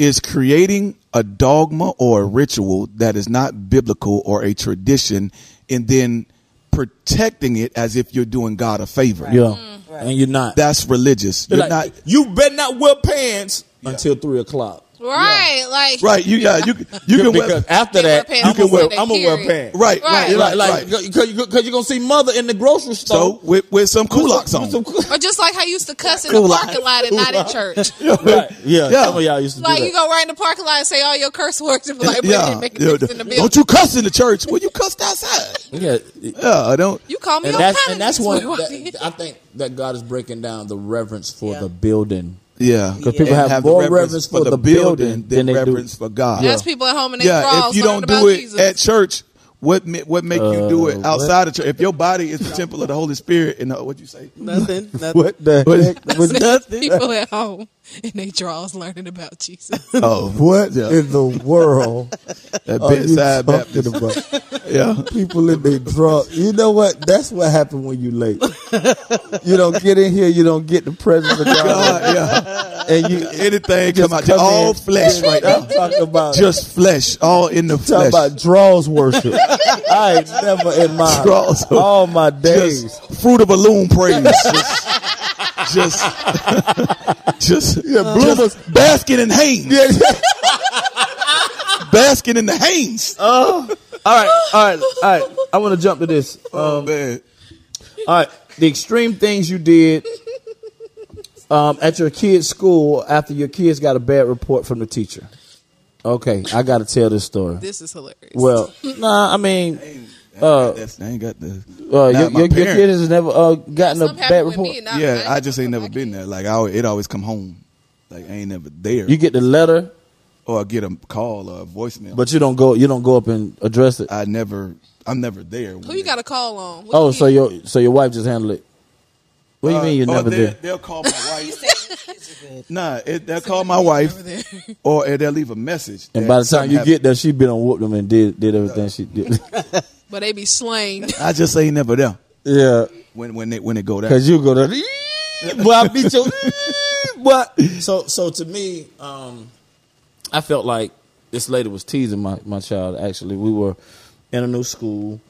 A: is creating a dogma or a ritual that is not biblical or a tradition and then protecting it as if you're doing God a favor.
B: Yeah,
D: Mm.
B: and you're not.
A: That's religious.
B: They're
A: You're
B: like,
A: not
B: you better not wear pants until three o'clock.
D: Right, like
A: right. You yeah, you you can
B: because
A: wear
B: after
D: They wear
B: that,
D: pants
B: you can
D: before
B: wear.
D: they
B: I'm gonna wear
D: period.
B: pants.
A: right,
D: Right.
A: right,
B: Like,
A: right,
B: like,
A: right.
B: because you, are gonna see mother in the grocery store.
A: So with with some culottes
B: with
A: on.
B: some-
D: Or just like how you used to cuss in the parking lot and not in church.
B: right. Yeah,
A: Yeah.
B: Some of y'all used to
D: Like
B: do
D: you go right in the parking lot and say all your curse words and be like, yeah,
A: yeah,
D: didn't make a
A: yeah.
D: difference in the building.
A: Don't you cuss in the church? Well, you cussed outside.
B: that. Yeah.
A: Yeah, I don't.
D: You call me
B: And
D: your
B: that's
D: cousin.
B: and that's one.
D: Sweetie.
B: That, I think that God is breaking down the reverence for the building.
A: Yeah,
B: Because people have,
A: And the
B: more reverence for, the building
A: than,
B: they
A: reverence
B: do.
A: for God.
D: That's people at home and they
A: yeah,
D: draws
A: if you
D: learning
A: don't
D: about
A: do it
D: Jesus.
A: at church, what ma- what make you do
B: Uh,
A: it outside of church? If your body is the temple of the Holy Spirit, and uh, what you say?
C: nothing. nothing.
B: What the heck was
D: people at home and they draws learning about Jesus.
A: Oh,
F: What
A: Yeah.
F: in the world
A: that
B: Oh,
F: are you
A: bedside
F: talking
A: Baptist.
F: about?
A: Yeah,
F: People in their drunk. You know what? That's what happened when you late. You don't get in here. You don't get the presence of God,
A: God, Uh, yeah.
F: and you
A: Anything
F: Just
A: come out?
F: come
A: all
F: in.
A: flesh right
F: I'm
A: now.
F: talking about
A: Just flesh, all in the
F: talking
A: flesh.
F: about draws worship. I ain't never in my
A: Draws.
F: all my days.
A: just fruit of a loom praise. just, just, just,
F: bloomers.
A: just basking in Hanes. basking in the Hanes. Oh,
B: All right, all right, all right. I want to jump to this. Um,
A: man.
B: All right, the extreme things you did um, at your kid's school after your kids got a bad report from the teacher. Okay, I got to tell this story.
D: this is hilarious.
B: Well, nah, I mean,
A: Uh, I ain't got the. not
B: uh, your,
A: my
B: your, your
A: parents.
B: kid has never uh, gotten a
D: Something
B: bad
D: happened with
B: report.
D: me and I-
A: yeah, I,
D: ain't
A: just ain't never been there. Like I, al- it always come home. Like I ain't never there,
B: You get the letter,
A: or I get a call or a voicemail.
B: but you don't go. You don't go up and address it.
A: I never, I'm never there.
D: Who you got a call on? What
B: Oh,
D: you
B: so
D: need?
B: your so your wife just handled it. What do you mean you never
A: they,
B: did?
A: Oh, They'll call my wife. nah, it, they'll call my wife, or eh, they'll leave a message.
B: And
A: that
B: by the time
A: something
B: you
A: happened.
B: get there, she been on whooped them and did did everything she did.
D: But they be slain.
A: I just ain't never there
B: yeah,
A: when when they when they go down.
B: because you go to. Boy, I beat your. What? So so to me, um, I felt like this lady was teasing my my child. Actually, we were in a new school.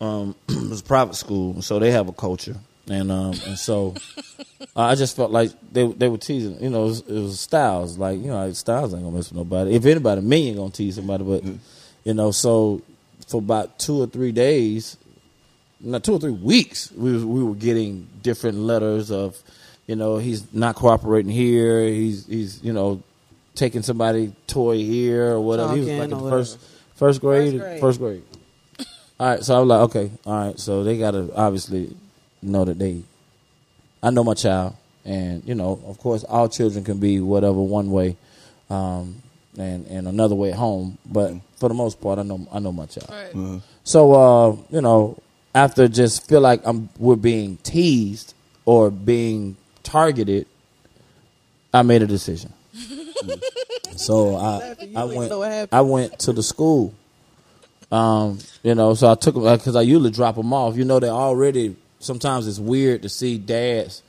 B: Um, it was a private school, so they have a culture, and um, and so I just felt like they they were teasing. You know, it was, it was Styles. Like you know, like, Styles ain't gonna mess with nobody. If anybody, me ain't gonna tease somebody. But
C: Mm-hmm.
B: you know, so for about two or three days, not two or three weeks, we was, we were getting different letters of, you know, he's not cooperating here. He's he's you know, taking somebody toy here or whatever. he was
C: Talking
B: like in
C: or
B: the
C: whatever.
B: first first grade,
E: grade.
B: first grade. All right, so I was like, okay, all right, so they gotta obviously know that they I know my child, and you know, of course, all children can be whatever one way, um, and and another way at home. But for the most part, I know I know my child.
D: Right.
B: So uh, you know, after just feel like I'm we're being teased or being targeted, I made a decision. so I I
C: ain't
B: went
C: so happy.
B: I went to the school. Um, you know, so I took them because I usually drop them off. You know, they already sometimes it's weird to see dads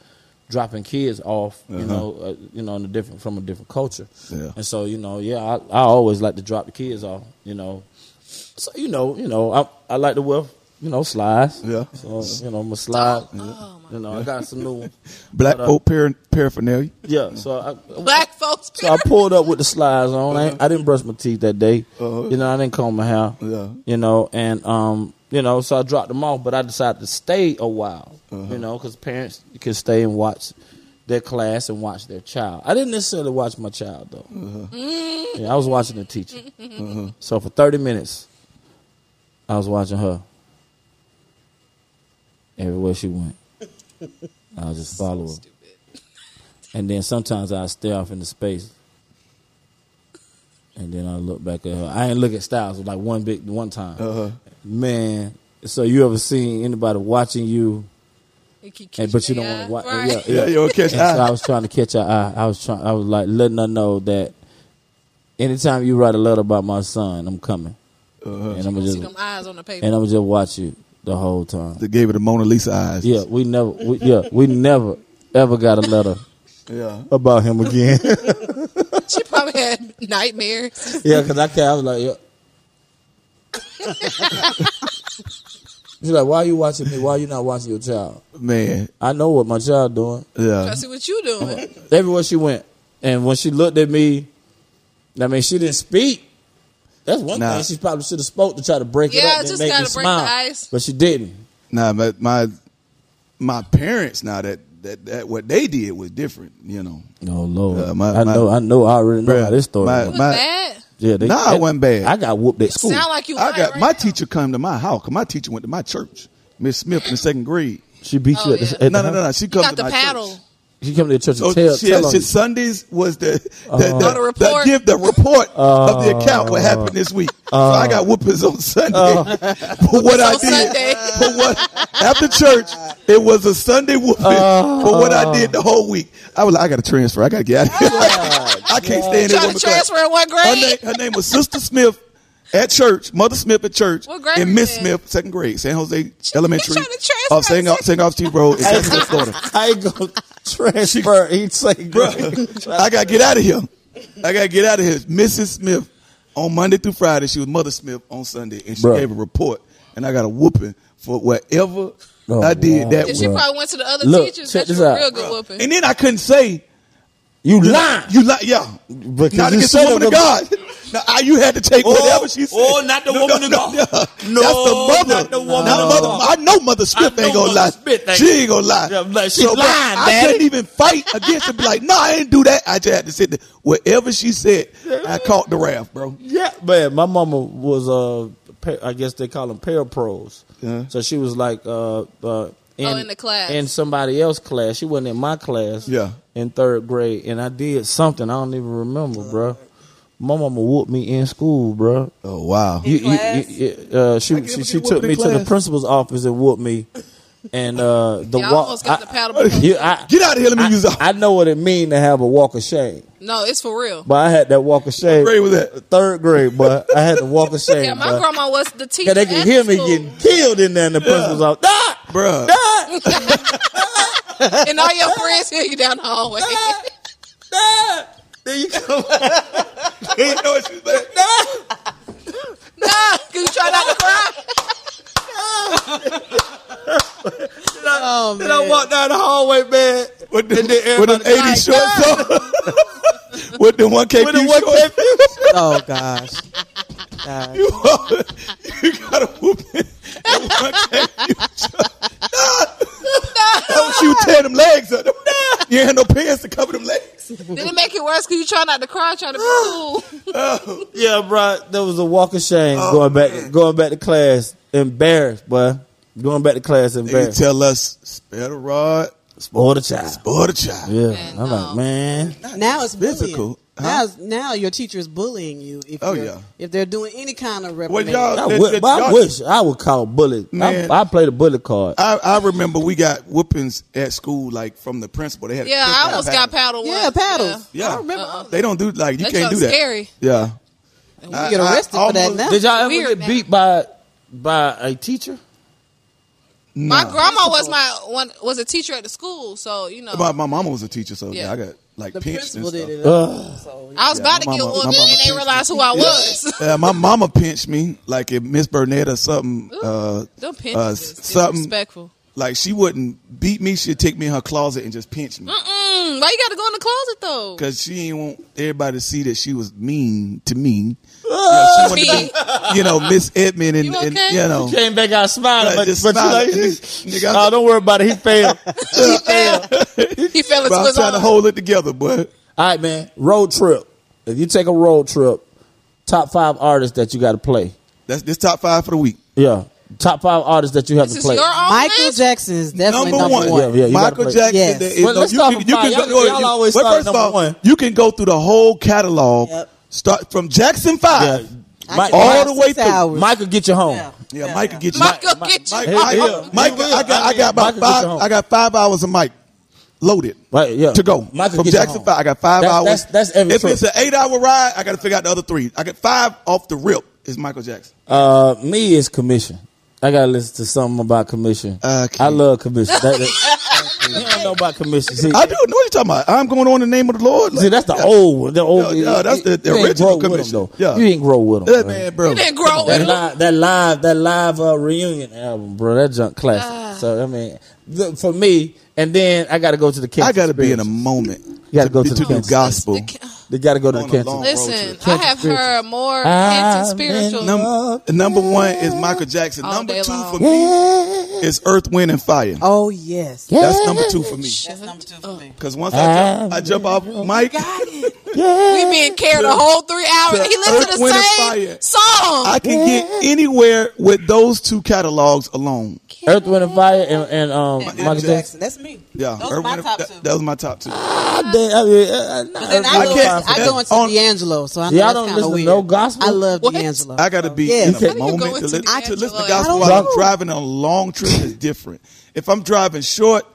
B: dropping kids off. You know, uh, you know, in a different from a different culture.
A: Yeah.
B: And so you know, yeah, I, I always like to drop the kids off. You know, so you know, you know, I I like to wear you know slides.
A: Yeah.
B: So you know, my slide. you know, I got some new ones.
A: Black
B: But, uh,
A: folk par- paraphernalia.
B: Yeah. So I
D: Black folks.
B: so I pulled up with the slides on. I, ain't- I didn't brush my teeth that day.
A: Uh-huh.
B: You know, I didn't comb my hair.
A: Yeah.
B: You know, and um, you know, so I dropped them off, but I decided to stay a while. You know, because parents can stay and watch their class and watch their child. I didn't necessarily watch my child though. Yeah, I was watching the teacher. So for thirty minutes, I was watching her. everywhere she went. I'll just follow her. And then sometimes I stare off into space. And then I look back at her. I ain't look at Styles like one big one time. Man, so you ever seen anybody watching you?
D: You keep catching
B: And, but you
D: the
B: don't want
D: eye.
B: to watch.
D: Right.
B: Yeah,
A: Yeah, you'll catch
B: and so I
A: eyes.
B: was trying to catch her eye. I was trying. I was like letting her know that anytime you write a letter about my son, I'm coming,
A: Uh-huh.
B: and I'm
D: You
B: just
D: see them eyes on the paper.
B: and I'm just watch you the whole time.
A: They gave her the Mona Lisa eyes.
B: Yeah, we never. We, yeah, we never ever got a letter
A: Yeah.
B: about him again.
D: she probably had nightmares.
G: Yeah, because I can't. I was like, yeah. She's like, why are you watching me? Why are you not watching your child?
A: Man.
G: I know what my child doing.
A: Yeah.
D: I see what you
B: Uh-huh.
D: doing.
B: Everywhere she went, and when she looked at me, I mean, she didn't speak. That's one
A: Nah.
B: thing she probably should have spoke to try to break it
D: Yeah,
B: up and
D: just
B: make me
D: gotta break the
B: smile,
D: ice.
B: but she didn't.
A: Nah, but my my parents now that that, that what they did was different, you know.
B: Oh Lord,
A: Uh, my-
B: I
A: my-
B: know, I know, I already know
A: Bruh,
B: how this story.
A: my-
B: went.
D: Was
A: my-
D: bad?
B: yeah, they,
A: Nah, it
B: that-
A: wasn't bad.
B: I got whooped at school.
D: Sound like you.
A: I
D: lying
A: got
D: right
A: my
D: now.
A: teacher come to my house. 'cause My teacher went to my church. Miss Smith in the second grade.
B: she beat you
D: Oh,
B: at the,
D: yeah.
B: at the
A: No, no, no, no. She comes
D: got
A: to
D: the
A: my
D: paddle.
A: church.
B: She come to the church
A: So
B: and tell,
A: she,
B: tell on Uh-huh.
A: she,
B: you.
A: Sundays was the the,
D: Got a
A: the, the,
D: report.
A: give the report of
B: Uh-huh.
A: the account what happened this week. so I got whoopings on Sunday
B: Uh-huh.
A: for what I
D: on Sunday.
A: did. For what after church, it was a Sunday whooping
B: Uh-huh.
A: for what I did the whole week. I was like, I got to transfer. I got to get out of here. I can't stand this
D: Trying
A: woman.
D: to
A: class.
D: transfer in one
A: Her
D: grade.
A: name, her name was Sister Smith. At church, Mother Smith at church,
D: What grade
A: and
D: was
A: Miss
D: that?
A: Smith, second grade, San Jose Elementary,
D: trying to transfer
A: off St.
D: her.
A: Au- St. Augustine Road in San Jose, Florida.
B: I ain't gonna transfer. He'd say,
A: Bruh, I gotta get out of here. I gotta get out of here. Mrs. Smith on Monday through Friday, she was Mother Smith on Sunday, and she
B: Bruh.
A: gave a report, and I got a whooping for whatever
B: Oh,
A: I did
B: wow.
A: that
D: And
A: week.
D: she
B: Bruh.
D: probably went to the other
B: Look,
D: teachers.
B: check
D: Got you
B: this
D: a
B: out.
D: real good whooping.
A: And then I couldn't say
B: "You lying."
A: you like yeah.
B: Because
A: not
B: you
A: against the
B: said
A: woman
B: it
A: of God. Now I, you had to take whatever she said.
F: oh, not the woman of God. No,
A: that's the mother.
F: not the woman
A: Not
F: of
A: mother. I
F: God.
A: know Mother Smith
F: I know
A: ain't gonna
F: Mother
A: lie.
F: Smith ain't-
A: she ain't gonna lie.
F: Yeah, like, she
A: but
F: lying,
A: I
F: Daddy.
A: couldn't even fight against it. Be like, no, I didn't do that. I just had to sit there. Whatever she said, I caught the wrath, bro.
B: Yeah, man. My mama was uh, pa- I guess they call them parapros.
A: Yeah.
B: So she was like uh, uh, in,
D: Oh, in the class.
B: in somebody else class. She wasn't in my class.
A: Yeah.
B: in third grade, and I did something I don't even remember, bro. My mama whooped me in school, bro.
A: Oh wow.
B: You- you-
H: class?
B: you- you- uh, she
A: give
B: she,
A: you
B: she
A: whooped
B: took
A: in
B: me to the
A: class.
B: principal's office and whooped me, and uh, the
D: Y'all
B: walk.
D: almost got
B: I-
D: the paddle. before-
B: you- I-
A: Get out of here. Let me use
B: I,
A: a
B: I know what it mean to have a walk of shame,
D: no, it's for real.
B: but I had that walk of shame.
A: grade was that?
B: Third grade, but I had the walk of shame.
D: Yeah, my
B: bruh.
D: grandma was the teacher.
B: Cause they could
D: after
B: hear me
D: school.
B: getting killed in there, and the principal's like, "Ah,
A: Bruh.
B: ah,
D: and all your friends hear you down the hallway.
B: ah." Then you come,
A: You know what she said?
D: nah, cause you try not to cry.
B: then I walk down the hallway, man.
A: With the,
B: And then
A: with them
B: everybody-
A: 80 shorts on. with the 1K
B: With the
A: shorts.
B: 1K
G: Oh gosh.
A: You, you got a whooping. Don't you tear them legs up. You ain't had no pants to cover them legs.
D: Did it make it worse? Cause you try not to cry, trying to be cool.
B: Yeah, bro, there was a walk of shame going back, going back to class, embarrassed, boy. Going back to class,
A: They
B: embarrassed.
A: tell us, spare the rod,
B: Spoiled a child.
A: or the child.
B: Yeah,
D: Man,
B: I'm
D: no.
B: like, man,
E: Now it's
A: physical,
E: physical.
A: huh?
E: Now, it's- now your teacher is bullying you. If
A: Oh,
E: you're-
A: yeah.
E: If they're doing any kind of
A: Well,
E: reprimand.
A: y'all,
B: I,
A: that-
B: wi-
A: that-
B: but I
A: y'all-
B: wish I would call bullet. I,
A: Man.
B: I play the bullet card.
A: I, I remember we got whoopings at school, like from the principal. They had a
D: Yeah, I
A: kick-out
D: almost
A: pattern.
D: got paddled.
E: yeah,
D: once.
E: paddles.
A: Yeah,
E: I remember.
D: Uh-uh.
A: they don't do like you
D: That
A: can't
D: junk
A: do that.
D: scary.
A: Yeah,
E: You get
A: I- I
E: arrested for that
A: almost-
E: now.
B: Did y'all ever
D: Weird
B: get
D: now.
B: beat by by a teacher?
D: My grandma was my one was a teacher at the school, so you know
A: my, my mama was a teacher, so yeah,
D: Yeah.
A: I got like
E: the
A: pinched and
E: principal
A: stuff.
E: did it.
B: Ugh.
E: So, yeah.
D: I was
A: Yeah,
D: about to
A: my
D: get
A: mama-
D: whooped,
A: my
D: and
A: mama
D: they
A: pinched
D: realized who I was.
A: Uh, my mama pinched me, like if Miss Burnett or something. Uh,
D: Them pinches
A: uh,
D: is
A: something
D: disrespectful.
A: like she wouldn't beat me. She'd take me in her closet and just pinch me
D: Mm, why you got to go in the closet though?
A: because she didn't want everybody to see that she was mean to me. You know, she wanted
D: Me.
A: to be, you know, Miss Edmond and,
D: You
A: and,
D: okay?
A: you know.
B: Came back out smiling,
A: Like,
B: but,
A: just
B: but
A: smile.
B: you like,
A: Nigga, I-
B: oh, don't worry about it. He failed.
D: he fell. he fell
A: But
D: into
A: I'm
D: his
A: trying to
D: own.
A: hold it together, boy.
B: All right, man. Road trip. If you take a road trip, top five artists that you got to play.
A: That's this top five for the week.
B: Yeah. Top five artists that you have
D: This
B: to
D: is
B: play.
D: your own
I: Michael
D: list?
I: Jackson is definitely
A: number one.
B: Yeah, yeah, you gotta
A: Michael
B: play-
A: Jackson.
I: Yes.
A: there is
B: Well,
A: no-
B: let's
A: you
B: start
A: can-
B: from
A: you
B: five.
A: can
B: Y'all-
A: go-
B: y'all
A: you-
B: always
A: well,
B: start
A: first
B: at
A: of
B: number
A: all,
B: one.
A: You can go through the whole catalog,
I: Yep.
A: start from Jackson Five,
B: Yeah.
I: I
B: Mike,
I: could
A: all
I: drive
A: the way
I: six
A: through.
I: hours.
B: Michael, get you home.
E: Yeah.
A: Yeah, Mike could get you.
D: Michael, get you.
A: Mike,
B: Hey,
A: Mike,
B: yeah.
A: Mike,
B: He will.
A: I got, I got
B: Mike
A: about
B: will get
A: five.
B: you home.
A: I got five hours of Mike loaded.
B: Right, yeah.
A: To go
B: Mike will
A: from
B: get you
A: Jackson
B: home.
A: Five, I got five
B: That's-
A: hours.
B: that's- that's every
A: If
B: trip.
A: it's an eight-hour ride, I got to figure out the other three. I got five off the rip. Is Michael Jackson?
B: Uh, me is commission. I gotta listen to something about commission.
A: Okay.
B: I love commission. That, that- you don't know about commission. See,
A: I do know what you're talking about. I'm going on in the name of the Lord.
B: see that's the old one. The old.
A: Yeah, yeah, that's the- the
B: you ain't
A: original
B: grow with 'em,
A: Commission.
B: though.
A: Yeah.
B: You didn't grow with them.
A: That man, bro.
D: You didn't grow
B: That
D: with him.
B: live, that live, that live uh, reunion album, bro. That junk classic. so I mean, the, for me, and then I got to go to the. Campus
A: I got to be in a
B: experience.
A: moment.
B: You gotta go to the
A: the
B: dance.
A: gospel.
D: It's the-
B: They got to go to
A: on
B: the
A: a
B: cancel.
A: long-
D: Listen,
B: to
D: I
B: it.
D: have heard more
B: I've
D: intense
B: been
D: spiritual.
B: numb.
A: Num- number one is Michael Jackson.
D: All
A: number
D: day
A: two
D: long.
A: for me is Earth, Wind, and Fire.
I: Oh yes.
A: That's number two for me.
E: That's number two for me.
A: Because once I jump, I jump off Mike,
D: We being cared the whole three hours.
A: The
D: He listened to
A: Earth,
D: the
A: Wind, and
D: same
A: Fire.
D: song.
A: I can get anywhere with those two catalogs alone.
B: Earth, Wind, and Fire, and, and um, Michael
A: Jackson.
B: Jackson.
E: That's me.
A: Yeah,
E: Those are
A: Earth,
E: my
A: Wind, and-
E: top
A: that-
E: two.
A: That was my top two.
B: I did- I mean, uh, not
E: then
B: Earth,
E: I
B: Wind,
E: go-
B: and Fire.
I: I go into
A: on-
I: D'Angelo, so I know
B: Y'all
I: that's
B: don't
I: kind of
B: listen to
I: weird.
B: no gospel?
I: I love
D: What?
I: D'Angelo.
A: I got to be
I: Yes.
A: in
D: How
A: a
D: do you go
A: moment
D: into
A: to, li-
D: the
A: to listen to
D: Angelo?
A: gospel
I: I
A: while I'm
I: don't know.
A: driving on a long trip is different. If I'm driving short,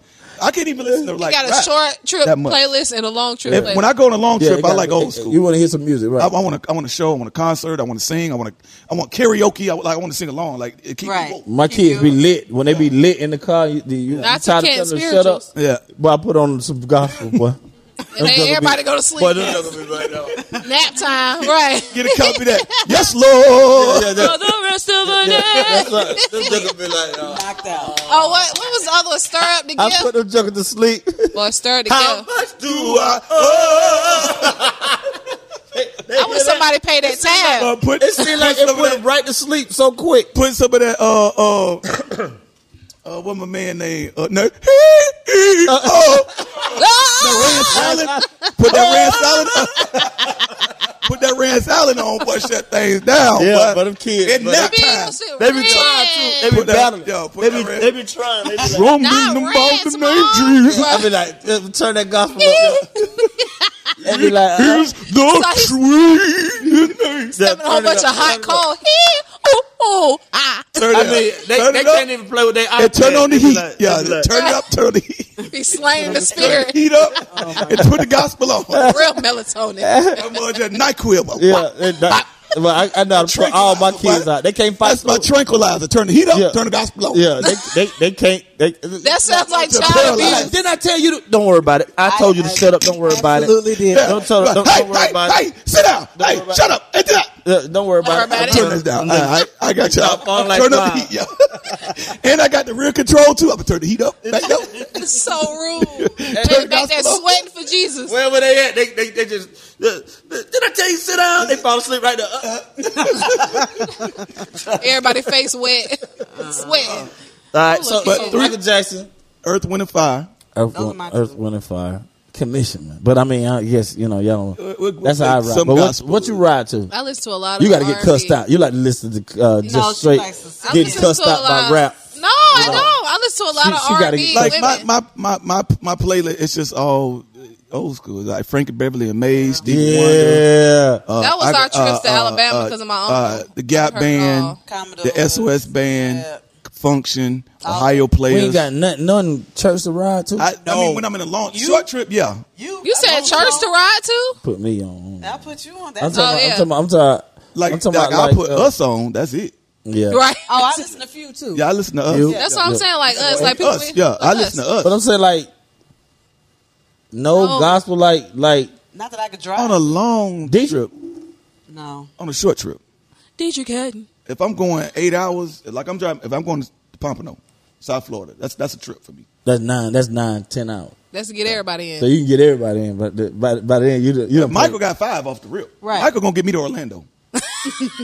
A: I can't even listen to like
D: got a
A: rap
D: short trip
A: that much.
D: playlist and a long trip
A: If-
D: playlist.
A: when I go on a long
B: Yeah,
A: trip,
B: it
A: I
B: gotta
A: like
B: be-
A: old school.
B: You want to hear some music, right?
A: I, I want to. I want a show. I want a concert. I want to sing. I want to. I want karaoke. I like. I want to sing along. Like it keep
E: Right.
A: Me woke.
B: My kids be lit when they be lit in the car. You, you, you
D: Not
B: tired
D: your
B: of
D: kids'
B: telling them to shut up?
D: spirituals.
A: Yeah.
B: But I put on some gospel, boy.
D: and then everybody go to sleep.
B: But
D: Nap
B: them
D: time, right?
A: Get a copy of that. Yes, Lord.
B: yeah,
D: For the rest of the day.
E: Knocked out.
D: Oh, what? What was the other one? Stir up the
B: I
D: gift.
B: put them jokers to sleep.
D: Boy, stir the gift.
A: much do I owe?
D: I wish somebody paid that
A: Uh,
D: tab.
A: put,
B: It seemed like
A: put some
B: it
A: of
B: put
A: that-
B: them right to sleep so quick.
A: put some of that uh uh uh what my man name uh no oh red salad put that red salad up. put that red salad on boy shut things down
F: Yeah,
A: boy.
F: but them kids,
A: At
F: but
A: nap
D: Being
A: time
D: no shit
F: They be
D: red.
F: trying to. They be
A: Put that-
F: battling.
A: yo, put
F: they,
A: that
F: be,
A: red-
F: they be trying. They be like,
A: Rome
D: Not
A: them
D: red,
A: about the
D: small.
A: name Jesus
B: I be like, uh, turn that gospel up. They be like, uh,
A: is the sweetest name
D: Having a whole bunch of hot cold. He, ooh, ooh, ah.
A: turn
F: I
A: it
F: mean,
A: up
F: they,
A: turn
F: they
A: it up
F: can't even play with their iPad.
A: and turn on the
F: They be
A: heat
F: like-
A: yeah
F: they be like,
A: turn it up turn the heat
D: Be slaying
A: turn
D: the
A: the
D: spirit.
A: heat up and put the gospel on
D: Real melatonin.
A: that mother just NyQuil boy.
B: yeah. and that- Well, I, I know how to put all my kids out. They can't fight.
A: That's my tranquilizer. Turn the heat up.
B: Yeah.
A: Turn the gospel on.
B: yeah, they, they they can't. They,
D: That sounds like
A: Just
D: child
A: paralyzed.
D: abuse.
B: Like, didn't I tell you? To, don't worry about it. I told you to shut up. Don't worry about it.
I: Absolutely did.
A: Yeah.
B: Don't tell her- don't-
A: hey,
B: don't worry
A: hey,
B: about
A: hey, sit down. hey,
B: worry
A: shut up. Hey, sit down.
B: Uh, don't worry
D: Don't
B: about
D: worry
B: it.
D: about it.
A: Turn this down. I, I, I got you.
B: Stop on like
A: turn up the
B: mine.
A: heat. Yeah. and I got the rear control too. I'm gonna turn the heat up. Back up.
D: It's so rude.
A: Turn
D: They
A: the
D: back there
A: gospel on.
D: sweating for Jesus.
F: Wherever they at, they they, they just. uh, Did I tell you sit down? They fall asleep right there. Uh, uh.
D: Everybody face wet,
B: Uh-huh.
D: sweating.
B: All right, so,
D: But
B: so
D: three-
B: Michael Jackson,
A: Earth, wind, and fire.
B: Earth,
E: Those are
B: Wind-
E: my two.
B: Earth, Wind and Fire, Commission, man. But I mean, I guess you know, y'all
A: Uh,
B: don't.
A: we- we-
B: that's how I ride.
A: some
B: But what,
A: gospel.
B: what you ride to?
D: I listen to a lot of
B: You got to get
D: R&B.
B: cussed out. You like to listen to uh, just
E: No, she
B: straight
E: likes to sing.
D: I
B: getting
D: listen
B: cussed
D: to a
B: out by
D: lot-
B: rap.
D: No, I don't. I listen to a lot
B: She- she
D: of
B: gotta
D: R&B
B: get-
A: Like
D: women.
A: my, my my my my playlist. It's just all uh, old school. Like Frankie Beverly and May, Stevie Wonder.
B: Yeah,
A: Uh,
D: That was
A: I-
D: our trips to Alabama 'cause of my uncle.
A: Uh, the Gap
D: I heard it
A: Band,
D: all.
E: Commodore.
A: the SOS Band,
E: Yeah.
A: Function, Ohio
B: we ain't
A: Players.
B: got nothing, none church to ride to.
A: I, I
E: No.
A: mean, when I'm in a long short trip, yeah.
E: You,
D: you said
E: I'm
D: church
E: on-
D: to ride to?
B: Put me on.
E: I put you on that.
B: I'm talking. about,
D: Oh, yeah.
B: I'm talking. About, I'm talking.
A: Like,
B: I'm talking
A: like,
B: about
A: I put
B: uh,
A: us on. That's it.
B: Yeah,
D: Right.
E: oh, I listen to few too.
A: Yeah, I listen to us.
B: You-
D: That's what I'm saying. Like us, like people.
A: us. Yeah, I listen to us.
B: But I'm saying like, no
D: No.
B: gospel. Like, like
E: Not that I could drive.
A: on a long
B: Did-
A: trip,
E: no.
A: on a short trip.
D: Did you Cadden.
A: If I'm going eight hours, like I'm driving, if I'm going to Pompano, South Florida, that's that's a trip for me.
B: that's nine. That's nine, ten hours.
D: Let's get everybody in.
B: So you can get everybody in, but the, by, by the end you done- you done
A: Michael got
B: played.
A: five off the rip.
E: Right.
A: Michael gonna get me to Orlando.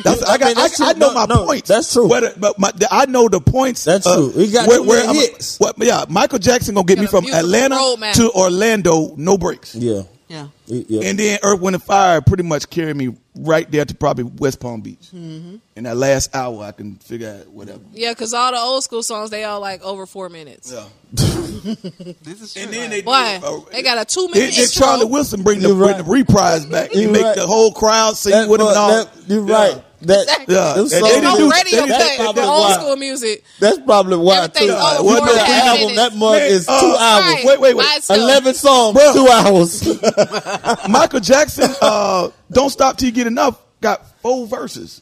A: that's, I got.
B: mean, that's
A: I, I
B: true.
A: know
B: No,
A: my
B: no,
A: points.
B: that's true.
A: Where the- but my, the- I know the points. uh,
B: That's true. He got too many
A: I'm-
B: hits.
A: what- yeah, Michael Jackson gonna get
D: Got
A: me
D: a
A: from
D: beautiful
A: Atlanta
D: roadmap.
A: to Orlando, no breaks.
B: yeah
E: Yeah.
B: yeah.
A: And then Earth, Wind, and Fire pretty much carry me right there to probably West Palm Beach. In that last hour, I can figure out whatever.
D: Mm-hmm. Yeah, because all the old school songs, they all like over four minutes.
A: Yeah.
E: This is
A: And
E: true,
A: then
E: right?
A: they
D: Why?
A: do- uh,
D: they got a two
A: Then
D: minute
A: then Charlie Wilson bring the,
F: You're
A: bring
F: right.
A: the reprise back and
F: You're
A: make
F: right.
A: the whole crowd sing with him
F: but
A: and all.
F: that- you're
A: Yeah.
F: right. That,
A: Yeah.
F: them
A: And they
F: songs
A: didn't
F: is-
A: do-
D: on
A: they
D: radio
A: didn't-
D: play
A: they
D: old
A: didn't-
F: why.
D: school music.
F: That's probably why too.
D: Everything's over
A: What
F: What
A: the
F: that
A: hell
F: album?
D: is-
F: That mug
A: Man,
F: is two
A: uh,
F: hours.
A: wait,
D: Right.
A: wait, wait.
D: Why it's still-
F: Eleven songs,
A: Bruh.
F: two hours.
A: Michael Jackson, uh, Don't Stop Till You Get Enough, got four verses.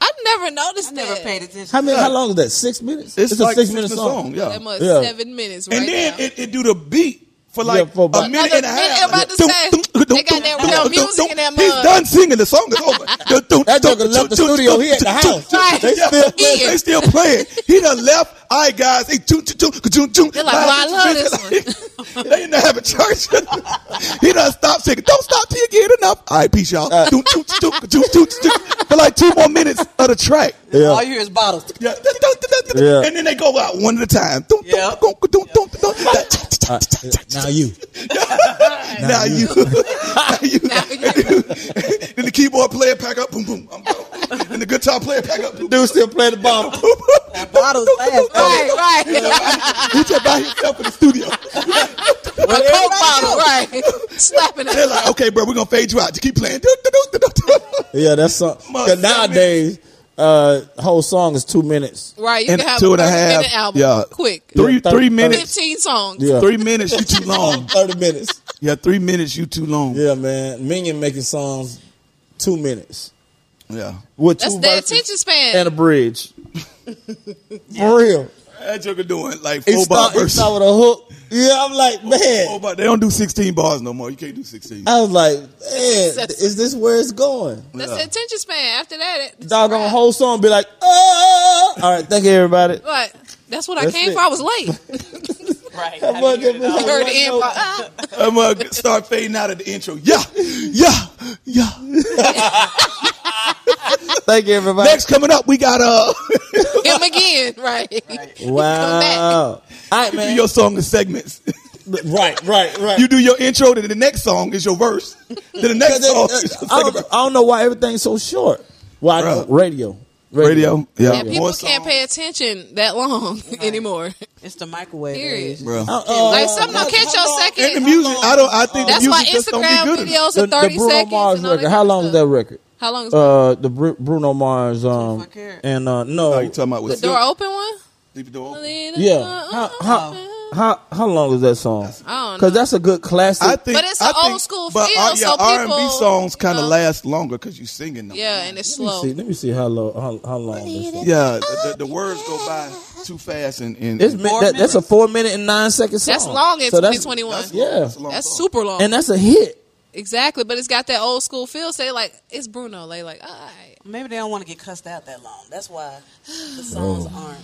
D: I never noticed
E: I never
D: that.
E: paid attention.
F: How many? How long is that? Six minutes.
A: It's,
F: a
A: like
F: six-minute
A: Yeah.
D: That must
F: Yeah.
D: seven minutes right
A: and then
D: now.
A: it, it do the beat for like
F: Yeah, for about-
A: a minute and a half.
D: I'm about to say, they got that real music in that
A: He's
D: mug.
A: done singing. The song is over.
F: That nigga left the studio. He at the house.
D: Right.
F: They
A: Yeah,
F: still
A: they- they still playing. He done left. All right, guys. They toot, toot, toot, ka-toot, toot.
D: They're like, well, I love this
A: one. they didn't have a church. he done stopped singing. Don't stop till you get enough. All right, peace, y'all.
F: Uh.
A: Toot, toot, toot, ka-toot, toot, toot. For like two more minutes of the track.
E: All
F: Yeah.
E: you hear is bottles.
A: Yeah.
F: Yeah.
A: And then they go out one at a time. Toot, toot,
E: Yeah.
A: toot, ka-toot, toot, toot.
F: Uh, Now you.
A: Now you, now you, then the keyboard player pack up, boom boom, I'm gone. and the guitar player pack up, boom, boom.
F: Dude still playing the bomb.
E: Bottles last.
D: Right, right.
A: he just by himself in the studio.
D: A coke bottle, right. Slapping
A: They're
D: it.
A: like, okay, bro, we're gonna fade you out. Just keep playing. Do, do, do, do, do, do.
F: Yeah, that's something.
A: Must
F: Cause
A: seven
F: nowadays, uh, whole song is two minutes.
D: Right, you
A: And
D: can have
A: two
D: a
A: and a
D: 30
A: half,
D: minute album.
A: yeah.
D: Quick.
A: Three,
F: Yeah,
A: three
F: thir-
A: minutes,
D: 15 songs.
F: Yeah,
A: three minutes. You too long.
F: thirty minutes.
A: Yeah, three minutes. You too long. Yeah,
F: Yeah, man. Minion making songs two minutes with
D: That's
F: two
D: the
F: verses
D: attention span.
F: and a bridge. For real.
A: that joker doing like
F: It
A: four bar
F: start, it
A: verses.
F: start with a hook. Yeah, I'm like,
A: Four
F: man.
A: bar- Oh, They don't do sixteen bars no more. You can't do sixteen.
F: I was like, man, is this where it's going?
D: That's the attention span. After that, it, it's
F: Doggone
D: crap.
F: whole song be like, oh. All right, thank you, everybody.
D: Like, that's what
F: That's
D: I came
F: it.
D: for. I was late.
E: Right.
F: That
E: How do you
F: motherfucker
E: hear
F: be
E: it all?
F: like,
D: Heard
F: what
D: the end.
F: no-
D: Ah,
A: I'm gonna start fading out of the intro. Yeah, yeah, yeah.
F: Thank you, everybody.
A: Next coming up, we got uh.
D: him again, right?
F: wow. All right,
A: You do
F: man.
A: your song in segments.
F: Right, right, right.
A: You do your intro, then the next song is your verse. Then the next
F: Because
A: song.
D: uh,
F: it-
A: is your
F: oh, I,
A: second
F: don't, I don't know why everything's so short. Why
A: Bruh.
F: radio?
A: verse. radio. Yeah,
D: And oh. people
A: More
D: can't
A: songs.
D: pay attention that long anymore.
E: It's the microwave.
D: Period.
E: age.
A: Bruh.
F: Uh, uh,
D: like, some don't catch your
A: Oh. And the
D: second.
A: music, I don't. I think
D: That's
A: the
D: why
A: music Oh, just don't get
D: Instagram
A: good. enough.
D: videos
F: the,
D: are 30
F: the Bruno
D: seconds.
F: Mars
D: and all that
F: record. How
D: good
F: long is
D: stuff.
F: that record?
D: How long is
F: Uh, the Bru- Bruno Mars. Um,
E: 24 Karat.
F: and uh, no,
A: Oh, you talking about
D: the
A: with
D: door open one? Uh,
A: Leave the door open.
F: yeah. How, how how how long is that song?
D: I don't know.
F: Because that's a good classic.
A: I think,
D: But it's
A: I
D: an
A: think,
D: old school
A: but,
D: feel,
A: uh, yeah,
D: so people,
A: R&B songs kind of
D: you know.
A: last longer because you singing them.
D: Yeah, and it's
F: let me
D: slow.
F: see. Let me see how long how, how long this one.
A: yeah. The, the, the words go by too fast, and, and
F: It's mi-
E: Four
F: that, that's a
E: minutes.
F: four minute and nine second song.
D: That's long in
F: Oh, So that's-
D: 2021. That's,
F: Yeah,
A: a long song.
D: super long.
F: and that's a hit.
D: exactly, but it's got that old school feel. Say like it's Bruno. They like, all right.
E: Maybe they don't want to get cussed out that long. That's why the songs aren't.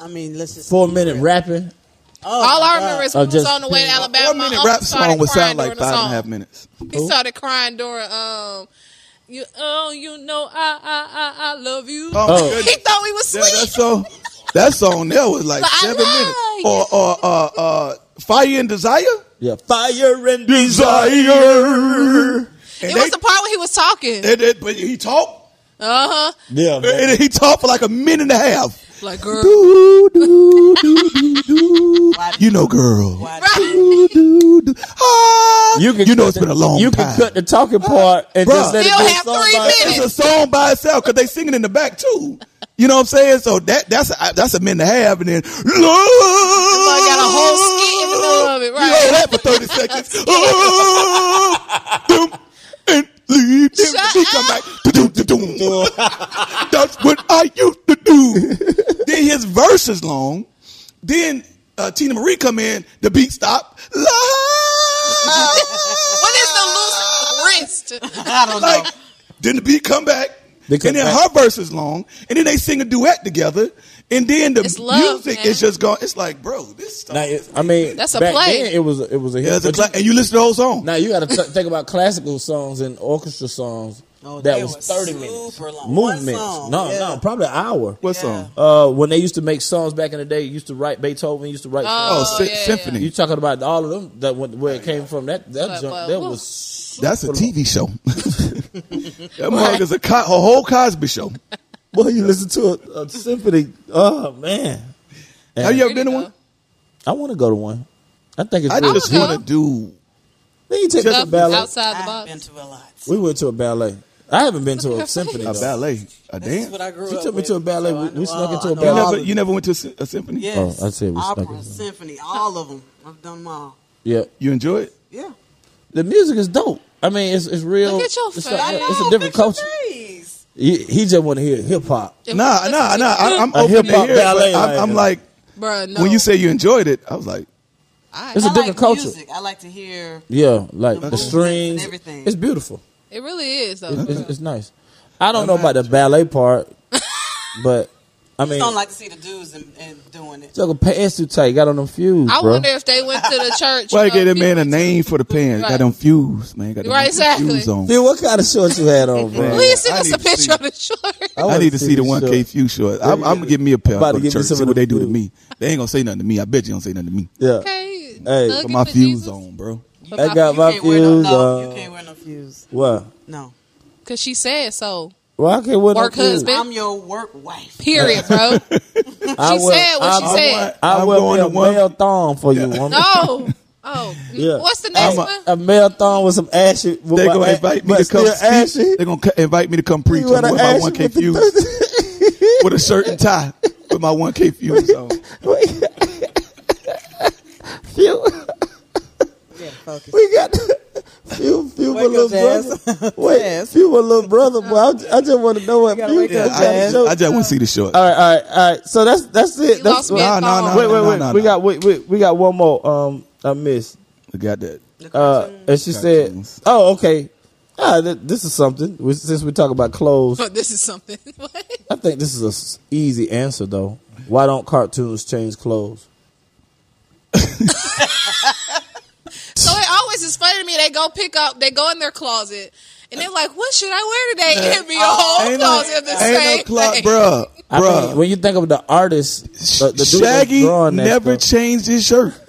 E: I mean, let's just
F: Four minute rapping.
E: Oh,
D: All I
E: my
D: remember is
F: Oh,
D: we was
F: just-
D: on the way to Alabama.
A: one
D: my
A: minute
D: uncle
A: rap
D: started
A: song would
D: crying
A: sound like
D: during the
A: five and a
D: song.
A: half minutes.
D: He started crying during um. You oh you know I I I, I love you.
A: Oh, my Oh.
D: he thought we was
A: That,
D: sweet.
A: that song, that song there was like
D: Like, I
A: seven minutes. Or,
D: like
A: or uh, uh, Fire and Desire.
F: Yeah, fire and
A: Desire.
D: it was the part when he was talking.
A: And then, but he talked,
D: Uh huh.
F: Yeah, man.
A: and he talked for like a minute and a half.
D: Like girl.
A: Do, do, do, do, do. You know, girl.
E: God.
A: Do, do, do. Ah,
F: You
A: you,
F: can
A: know
F: cut
A: it's
F: the-
A: been a long
F: You
A: time.
F: can cut the talking part and
A: Bruh.
F: just let it
D: Still
F: be a
D: have
F: song
D: three
F: by
D: minutes.
A: it's a song by itself because they singing in the back too. You know what I'm saying? So that that's a, that's a minute and a half, and then love.
D: Somebody
A: got
D: got a whole skit in the middle of it,
A: You
D: right?
A: hold that for thirty seconds. Oh, doom, and leave them
D: Shut
A: to come back. Do-do-do-doom. That's what I used to do. then his verse is long. Then uh, Tina Marie come in. The beat stop. Love.
D: What is the loose wrist?
E: I don't know.
A: Like, then the beat come back,
F: They come
A: and then
F: back.
A: her verse is long, and then they sing a duet together, and then the
D: It's love,
A: music
D: man.
A: is just gone. It's like, bro, this stuff.
F: Now, it, I mean,
D: That's a
F: back
D: play.
F: Then it was a, it was a
A: Yeah,
F: hit.
A: it's a
F: But
A: cla- and you listen to the whole song.
F: now you got to think about classical songs and orchestra songs
E: Oh,
F: that
E: they
F: was
E: were
F: thirty minutes,
E: super long. One
F: movements.
E: song,
F: No,
E: yeah.
F: no, probably an hour.
A: what song?
F: Uh, when they used to make songs back in the day, used to write Beethoven, used to write.
A: Oh,
F: songs.
A: Sy-
D: yeah, yeah.
A: Symphony.
F: You talking
E: Oh,
F: about all of them that went- where it came from? That that
D: But-
F: junk,
D: but-
F: that
D: woo.
F: was
A: That's a TV show. That mug is a, co- a whole Cosby show.
F: Boy, you listen to a, a symphony. Oh man,
A: Have you ever
D: Here
A: been to
D: you
A: one?
D: go.
F: I want to go to one. I think it's.
A: I
F: really-
A: just
D: go.
A: want to do.
F: Then you take us to
D: Up,
F: ballet.
D: outside the
E: I've been
D: box.
E: to a lot.
F: We went to a ballet. I haven't been to a symphony.
A: A
F: though.
A: ballet. A
E: This is
A: dance.
E: what I grew
F: She
E: up
F: took me
E: with,
F: to a ballet.
E: so I
F: We- we
E: know
F: snuck
E: all-
F: into
E: I
F: a
E: know
A: You
F: ballet.
E: all
A: never,
E: of
A: you never went to a sy- a symphony?
E: Yes.
J: Oh, I said we stuck
E: Opera,
J: it.
E: symphony, all of them. I've done them all.
J: Yeah,
A: You enjoy it?
E: Yeah.
J: the music is dope. I mean, it's it's real.
D: Look at your
J: it's,
D: face.
J: a,
D: I
J: it's a different culture.
E: Jeez.
F: He, he just want to hear hip hop.
D: If
A: Nah,
D: we
A: nah,
D: listen
A: nah.
D: to
A: I,
D: you-
A: I'm
F: A
A: open to
F: hip-hop
A: hear it, but
F: ballet
A: I'm, I'm
F: like
A: like,
D: Bruh, no.
A: when you say you enjoyed it, I was like,
D: I-
J: It's a
E: I
J: different
E: like
J: culture.
E: Music. I like to hear.
J: Yeah, like the
E: The movements
J: strings,
E: and everything.
J: It's beautiful.
D: it really is though.
J: It's, it's nice. I don't know about the ballet part, but I
E: I
J: mean,
E: don't like to see the dudes and, and doing it.
J: took a pants too tight. Got on them fuse,
D: I
J: bro.
D: wonder if they went to the church.
A: why
D: you
A: you gave
D: know,
A: that man a
D: people-
A: name for the pants?
D: Right.
A: Got them fuse, man. Got them
D: Right, exactly.
A: fuse on.
F: Dude, what kind of shorts you had on, bro?
D: Please send
A: I
D: us
A: need
D: a
A: to see
D: picture of the shorts.
A: I,
F: wanna
A: need to see the
F: these
A: one K
F: shorts.
A: few short. I'm, I'm gonna give me a pair.
F: About to
A: for the
F: give me
A: church.
F: some
A: See
F: of
A: what
F: them
A: they do to
F: fuse.
A: me. They ain't gonna say nothing to me. I bet you don't say nothing to me.
F: Yeah,
D: Okay.
F: Hey,
D: Thug
A: Put
D: it
A: my
D: for
A: fuse
D: Jesus.
A: on, bro.
D: But
F: I
D: my
F: got
D: fuse-
F: my
E: You can't wear
F: fuse.
E: no, no, you
F: Uh,
E: can't wear no fuse.
F: what?
E: No.
D: Cause she said so.
F: Well, I can't wear no
D: Work
F: fuse.
D: husband.
E: I'm your work wife.
D: Period, bro.
F: I
D: She
F: wear-
D: said what she
F: I,
D: said.
F: I
A: I'm
F: wear
A: going
F: me a
A: to one-
F: male thong for you, woman.
D: No. Oh.
F: Yeah.
D: What's the next
A: I'm a-
D: one?
F: A male thong with some ashy. With
A: They
F: my
A: gonna
F: a-
A: invite me
F: but
A: to come
F: still ashy.
A: speak. They gonna c- invite me to come preach
F: You
A: on
F: wear the
A: with my
F: ashy
A: one K
F: with the
A: fuse with a shirt and tie with my one K fuse on.
F: Few,
C: Yeah, focus.
F: we got few, few my
C: Wake
F: little
C: up, Jazz.
F: brother. Wait,
C: Jazz.
F: few my little brother. Boy, I, I just want to know what
C: You gotta
F: few.
C: wake
A: Yeah,
C: up,
F: got
A: I,
F: to
C: Jazz.
A: just,
F: show.
A: I just want to see the short.
F: All right, all right, all right. So that's that's it.
D: You
F: that's
D: lost me
A: Nah,
D: at
A: nah,
D: phone.
A: nah.
F: wait, wait, wait.
A: no,
F: we
A: no.
F: got wait, wait, we got one more. Um, I missed.
A: I got that.
F: Uh, and she said,
A: Cartoons.
F: "Oh, okay. Ah, th- this is something. We- Since we talk about clothes,
D: But this is something. What?
F: I think this is a s- easy answer though. Why don't cartoons change clothes?
D: so it always is funny to me. They go pick up. They go in their closet. And they're like, "What should I wear today?" It'd be a whole closet of the same
A: ain't no clock,
D: thing.
A: bruh,
J: I
A: bruh.
J: mean, when you think of the artist, the, the dude that's
A: Shaggy
J: drawing that
A: never
J: stuff,
A: changed his shirt.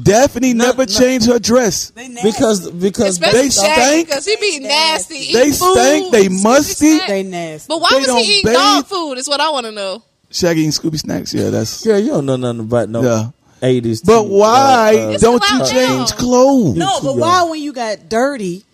A: Daphne never changed her dress.
E: They nasty.
F: Because because
D: Especially
A: They
D: Shaggy,
A: stink.
D: because he be nasty. eat
A: They
D: food,
A: stink, they
D: Scooby
A: musty.
D: Snack.
E: they nasty.
D: But why
A: They
D: was
A: don't
D: he eating dog
A: bathe.
D: food? Is what I want to know.
A: Shaggy and Scooby Snacks. Yeah, that's.
F: yeah, you don't know nothing about
A: Yeah.
F: no eighties.
J: uh,
A: But why
D: It's
A: don't you
D: allowed
A: change
D: now.
A: clothes?
C: No, but why when you got dirty,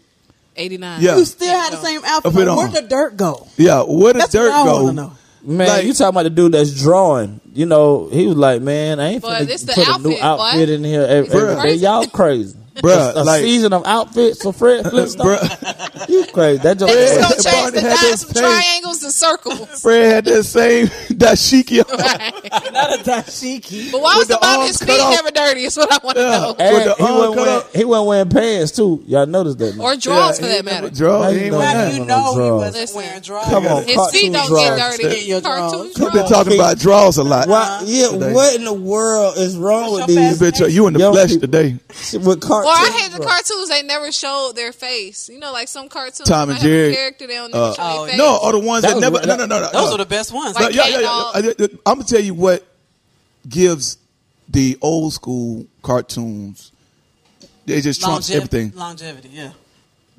D: Eighty nine.
A: Yeah,
C: you still had the same outfit?
A: Up it
C: on.
A: on.
C: Where'd the dirt go?
A: yeah. Where did
C: That's
A: dirt
C: what I want to
A: go?
C: know.
J: man,
A: Like-
J: you talking about the dude that's drawing? You know, he was like, "Man, I ain't
D: Boy,
J: finna
D: this the
J: put a new
D: outfit, boy.
J: outfit in here every, every
A: Bruh.
J: day. Y'all crazy,
A: Bruh,
J: A- a
A: like-
J: season of outfits for Fred Flintstone.
A: Bruh,
J: You crazy? That just
D: They
A: Yeah.
D: just gonna change
A: Barney
D: the
A: had
D: dots
A: this
D: from
A: face.
D: triangles to circles.
A: Fred had that same dashiki on
D: Right.
C: Not a dashiki.
D: But why was
A: With
D: the
A: the
D: bottom of
A: arms
D: his
A: cut
D: feet
A: off.
D: never dirty? Is what I want to
A: Yeah.
D: know.
J: And
A: With the
J: he
A: arm
J: wasn't
A: cut
J: wearing,
A: up.
J: he wasn't wearing pants too. Y'all noticed
K: Uh-huh.
J: that? man.
D: Or drawers
A: Yeah,
D: for
A: he
D: that matter.
A: never Draw.
F: How
A: He
F: you
A: ain't
F: know
A: wearing
E: How
F: that?
E: do you
A: that.
E: know he
F: Draws.
E: wasn't
D: Listen.
E: wearing drawers?
F: Come on,
D: His
F: cartoon
D: feet don't
F: drawers.
D: get dirty.
C: Yeah, your
D: Cartoon
C: drawers.
A: You've been
D: drawers.
A: talking about draws a lot.
F: Why? Yeah,
A: Today.
F: what in the world is wrong
E: What's
F: with
E: your
A: You
F: these?
E: fast-
A: been tra- you in the
F: Young
A: flesh
F: people.
A: today.
F: With cartoons,
D: Or I hate the
F: bro.
D: cartoons. They never showed their face. You know, like some cartoons.
A: Tom
D: might
A: and
D: have a
A: Jerry.
D: Character they don't never
A: Uh,
D: show
E: oh,
D: their face.
A: No, or the ones that,
F: was
A: never.
F: real-
A: No, no, no, no.
E: Those
A: no.
E: are the best ones.
D: Like-
A: yeah, yeah,
D: Kate
A: yeah. I'm gonna tell you what gives the old school cartoons. They just trumps
E: Longev-
A: everything.
E: Longevity, yeah.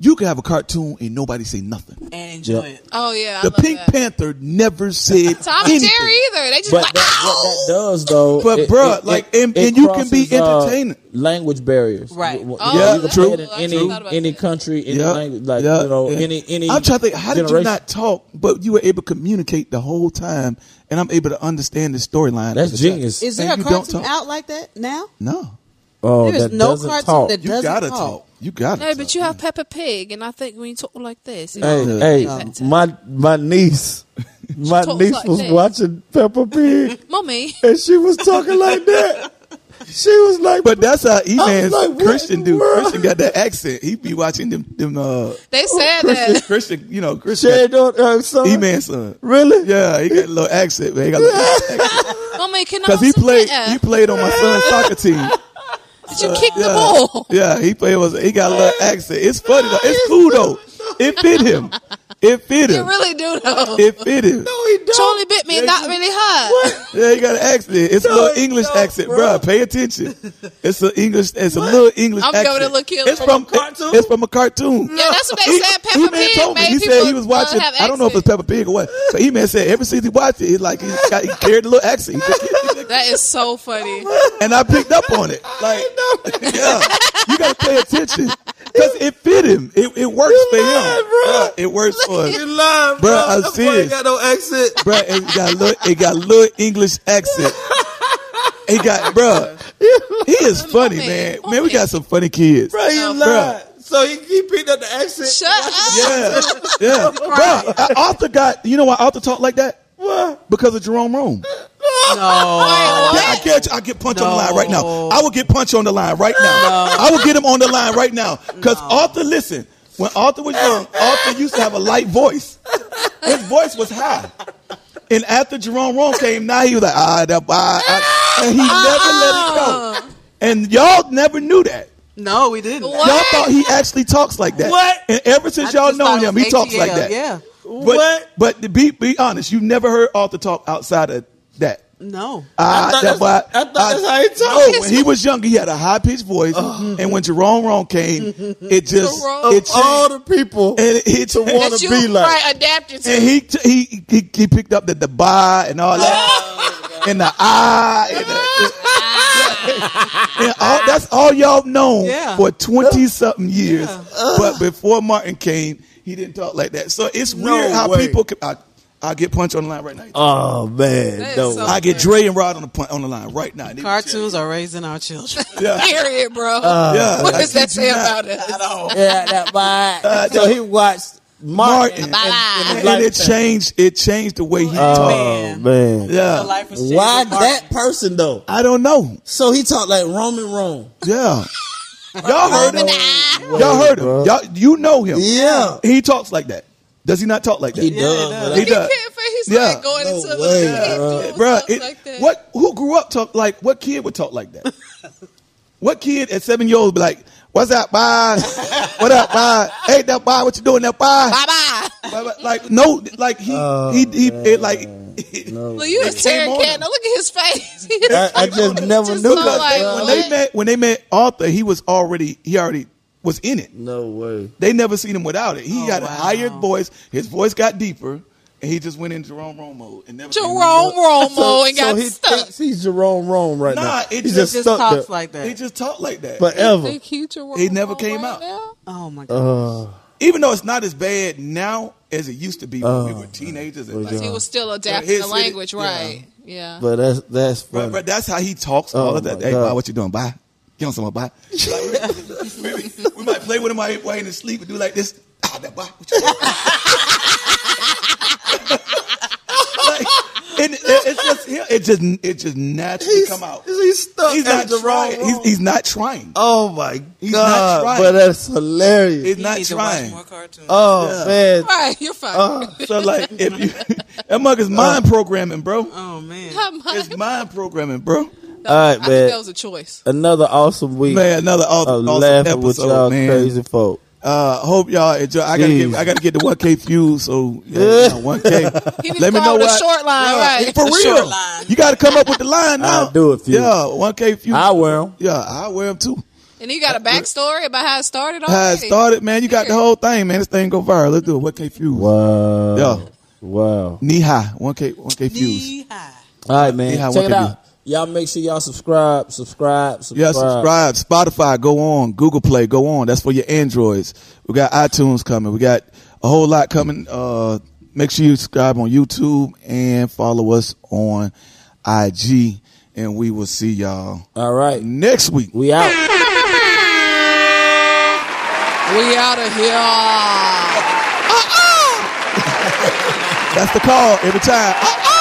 A: You can have a cartoon and nobody say nothing.
E: And enjoy it.
D: Oh yeah, I
A: the
D: love
A: Pink
D: that.
A: Panther never said
D: Tom and
A: anything.
D: Jerry either. They just
J: But
D: like
J: that,
K: Oh.
J: what that does though,
A: But,
J: it-
A: bruh,
J: it-
A: like,
J: it-
A: and-
J: it
A: and you can be
J: crosses, uh,
A: entertaining.
J: language barriers,
E: Right.
J: W- w-
D: Oh,
J: you know,
A: Yeah,
J: you can
A: true.
J: play it in
D: I actually thought
J: Any
D: about
J: any
D: that.
J: country, any
A: Yeah,
J: language, like
A: yeah,
J: you know,
A: yeah.
J: any any.
A: I'm trying to think. How did you
J: generation.
A: not talk, but you were able to communicate the whole time, and I'm able to understand the storyline.
J: That's
A: of the time?
J: genius.
C: Is there
A: And
C: a
A: you don't
C: cartoon
A: talk.
C: out like that now?
A: No,
J: oh,
C: There is
J: that
C: no
J: doesn't
C: cartoon
J: talk.
C: that-
A: you
C: Doesn't
A: gotta
C: talk.
A: talk. You gotta.
D: No, but
A: talk.
D: you have Peppa Pig, and I think when you talk like this, it-
J: Hey,
A: Yeah.
J: hey,
C: No.
F: my my niece, my
D: talks
F: niece
D: like
F: was
D: that.
F: watching Peppa Pig,
D: mommy,
F: and she was talking like that. She was like,
A: But that's how E
F: I was
A: Man's
F: like, what
A: Christian
F: in the
A: do.
F: world?
A: Christian got that accent. He be watching them them uh
D: they said
A: Christian,
D: that.
A: Christian you know,
F: "Jay,
A: Christian
F: don't uh, son,
A: E Man's son.
F: really?
A: Yeah, he got a little accent, man. He got a little accent.
D: Mommy, can I?
A: Cause he
D: have some
A: played
D: air?
A: he played on my son's soccer team.
D: Did you kick the
A: Yeah.
D: ball?
A: Yeah, he played was he got a little accent. It's funny though. It's cool though. It fit him. It fit
D: You
A: him.
D: really do though.
A: It fit him.
D: Truly bit me and got really hard.
A: Yeah, you got an accent. It's a little English accent, bro. Pay attention. It's a English. It's a little English
D: I'm giving
A: accent.
D: a little kill
A: It's
D: from
A: from,
D: a
K: cartoon?
A: It's from a cartoon.
D: Yeah, that's what they said. Peppa
A: E-Man
D: Pig
A: told me.
D: made
A: He said
D: people,
A: he was
D: uh,
A: watching.
D: have
A: I don't know if it's Peppa Pig or what. But E Man said ever since he watched it, he like he, got, he carried a little accent. He just-
D: That is so funny.
A: and I picked up on it. Like, yeah, you gotta pay attention because it fit him. It, it works for him. Yeah, it works for
K: You
A: him,
K: lying, bro.
A: Bro, I'm
K: That boy
A: serious.
K: ain't got no accent.
A: bro. It got a little, it got a little English accent. It got, bro. He is funny,
D: Love it.
A: man.
D: Love
A: Man, we got some funny kids.
K: Bro, you
D: No,
K: lying. So he, he picked up the accent.
D: Shut up.
A: Yeah, yeah. Bro, Arthur got. You know why Arthur talked like that?
K: What?
A: Because of Jerome Rome. Yeah, I get I get punched on the line right now.
E: No.
A: I will get punched on the line right now. I will get him on the line right now. Cause Arthur, listen, when Arthur was young, Arthur used to have a light voice. His voice was high. And after Jerome Rome came, now he was like, ah, that, ah, ah," and he never let it go. And y'all never knew that.
E: No, we didn't.
D: What?
A: Y'all thought he actually talks like that.
K: What?
A: And ever since
E: I
A: y'all
E: just
A: known
E: thought it
A: him,
E: was
A: he talks like
E: ATL,
A: that.
E: Yeah.
A: But,
K: What?
A: But to be be honest, you never heard Arthur talk outside of that.
E: No.
A: I,
K: thought
A: that
K: that's-
A: boy-
K: I thought that's how he talked. Uh-huh.
A: No, when he was younger, he had a high pitched voice, and when Jerome Rome came, it just
D: Jerome.
A: it
F: All
A: changed,
F: the people
A: and it, it changed.
D: That you
F: be like-
D: right adapted to.
A: and he, t- he he he picked up the Dubai and all that, and the eye, and, the- and all, that's all y'all known
E: Yeah.
A: for twenty something years. But before Martin came, he didn't talk like that. So it's weird how
F: way.
A: people. Can, I, I get punched on the line right now.
K: Uh.
F: Oh man,
D: That is
F: no.
D: so
A: I get Dre and Rod on the pun- on the line right now. They-
E: Cartoons are raising our children.
A: Yeah.
D: Period, bro.
A: Yeah,
D: what
A: Uh, I
D: does that
A: kid you
D: say
A: not.
D: about us?
J: yeah, that boy.
F: so he watched Martin.
A: Martin. And, and it changed. It changed the way he talked.
F: Oh man,
E: The
A: Yeah,
E: life was changed
F: why
E: with Martin.
F: that person though?
A: I don't know.
F: So he talked like Roman Rome.
A: Yeah, y'all heard him. Y'all heard him. Y'all, you know him.
F: Yeah,
A: He talks like that. Does he not talk like that?
F: he
E: Yeah, it
F: does.
E: does.
A: He
D: He
A: does.
D: can't fit. He's
A: Yeah.
D: like going
F: No
D: into a
F: way,
D: little kid
F: bruh.
D: doing
A: Bruh,
D: stuff
A: it-
D: like that.
A: what? Who grew up talk like? What kid would talk like that? what kid at seven years old be like? What's up, bye? what up, bye? Hey, that bye, what you doing, that bye?
D: Bye bye.
A: Bye, bye. Like no, like he,
F: Oh,
A: he, he, it like.
D: Look, you a
A: came
D: tearing
A: on
D: cat.
A: him.
D: Now look at his face.
F: I, I just never
D: Just
F: knew
D: so
F: that.
D: like,
A: when they met when they met Arthur, he was already he already was in it.
F: No way.
A: They never seen him without it. He
E: Oh,
A: got a
E: wow.
A: higher voice. His voice got deeper, and he just went in Jerome Rome mode and never. came
D: Jerome
A: out.
D: Romo and Oh, got
F: so he
D: stuck.
F: thinks he's Jerome Rome right
A: Nah,
F: now.
A: it
F: He
A: just-
F: just
E: Just
F: stuck
E: talks
F: there
E: like that.
A: He just talked like that. But
F: forever.
D: Think he Jerome
A: He never
D: Romo
A: came
D: right
A: out.
D: now?
E: oh my god.
A: even though it's not as bad now as it used to be when we were teenagers, and like,
F: Uh,
D: He was still adapting
A: his-
D: the language, right? Yeah.
F: But that's that's
A: but,
F: funny.
A: but that's how he talks. all
F: Oh,
A: of that.
F: my
A: Hey,
F: God.
A: bye, what you doing? Bye. Get on some more, bye. Like, we, we- we might play with him while he- while he's asleep and do like this. Ah, that bye. What you doing? like, and it, it's just it just it just naturally
F: He's-
A: come out.
F: he's stuck
A: He's
F: at
A: not
F: Jerome
A: trying. He's,
F: Rome.
A: he's not trying.
F: oh my
A: not
F: god!
A: trying.
F: But that's hilarious.
A: He's
E: You
A: not
E: need to watch
A: trying. Uh,
E: more cartoons.
F: oh man,
D: Right, you're fine.
F: uh,
A: So like if you that mug is mind programming, bro.
E: oh man.
D: Not mine.
A: It's mind programming, bro.
F: all right,
D: I think that
F: man.
D: was a choice.
F: Another awesome week
A: Man, another aw-
F: of
A: awesome
F: laughing
A: episode,
F: with y'all
A: man.
F: crazy folk.
A: Uh, hope y'all enjoy. I gotta
F: Jeez.
A: get I gotta get the one K fuel. So yeah, one K.
D: He needs to come up with a short line, right?
A: For
E: The
A: real,
E: short line.
A: you gotta come up with the line now.
F: I'll do it, Fuel.
A: Yeah, one K fuel.
F: I wear 'em.
A: Yeah, I wear them too.
D: And you got a backstory about how it started already.
A: How it started, man. You got the whole thing, man. This thing go viral. Let's do it. One K fuel.
F: Wow.
A: Yeah.
F: Wow.
A: Knee high. One K. One K fuse.
E: Knee high.
F: All right, man.
A: Knee high.
B: Check it
A: 1K
B: out. Y'all make sure y'all subscribe, subscribe, subscribe.
A: Yeah, subscribe. Spotify, go on. Google Play, go on. That's for your Androids. We got iTunes coming. We got a whole lot coming. Uh, make sure you subscribe on YouTube and follow us on IG. And we will see y'all
B: All right.
A: next week.
B: We out.
D: We out of here.
A: That's the call every time. Uh-oh!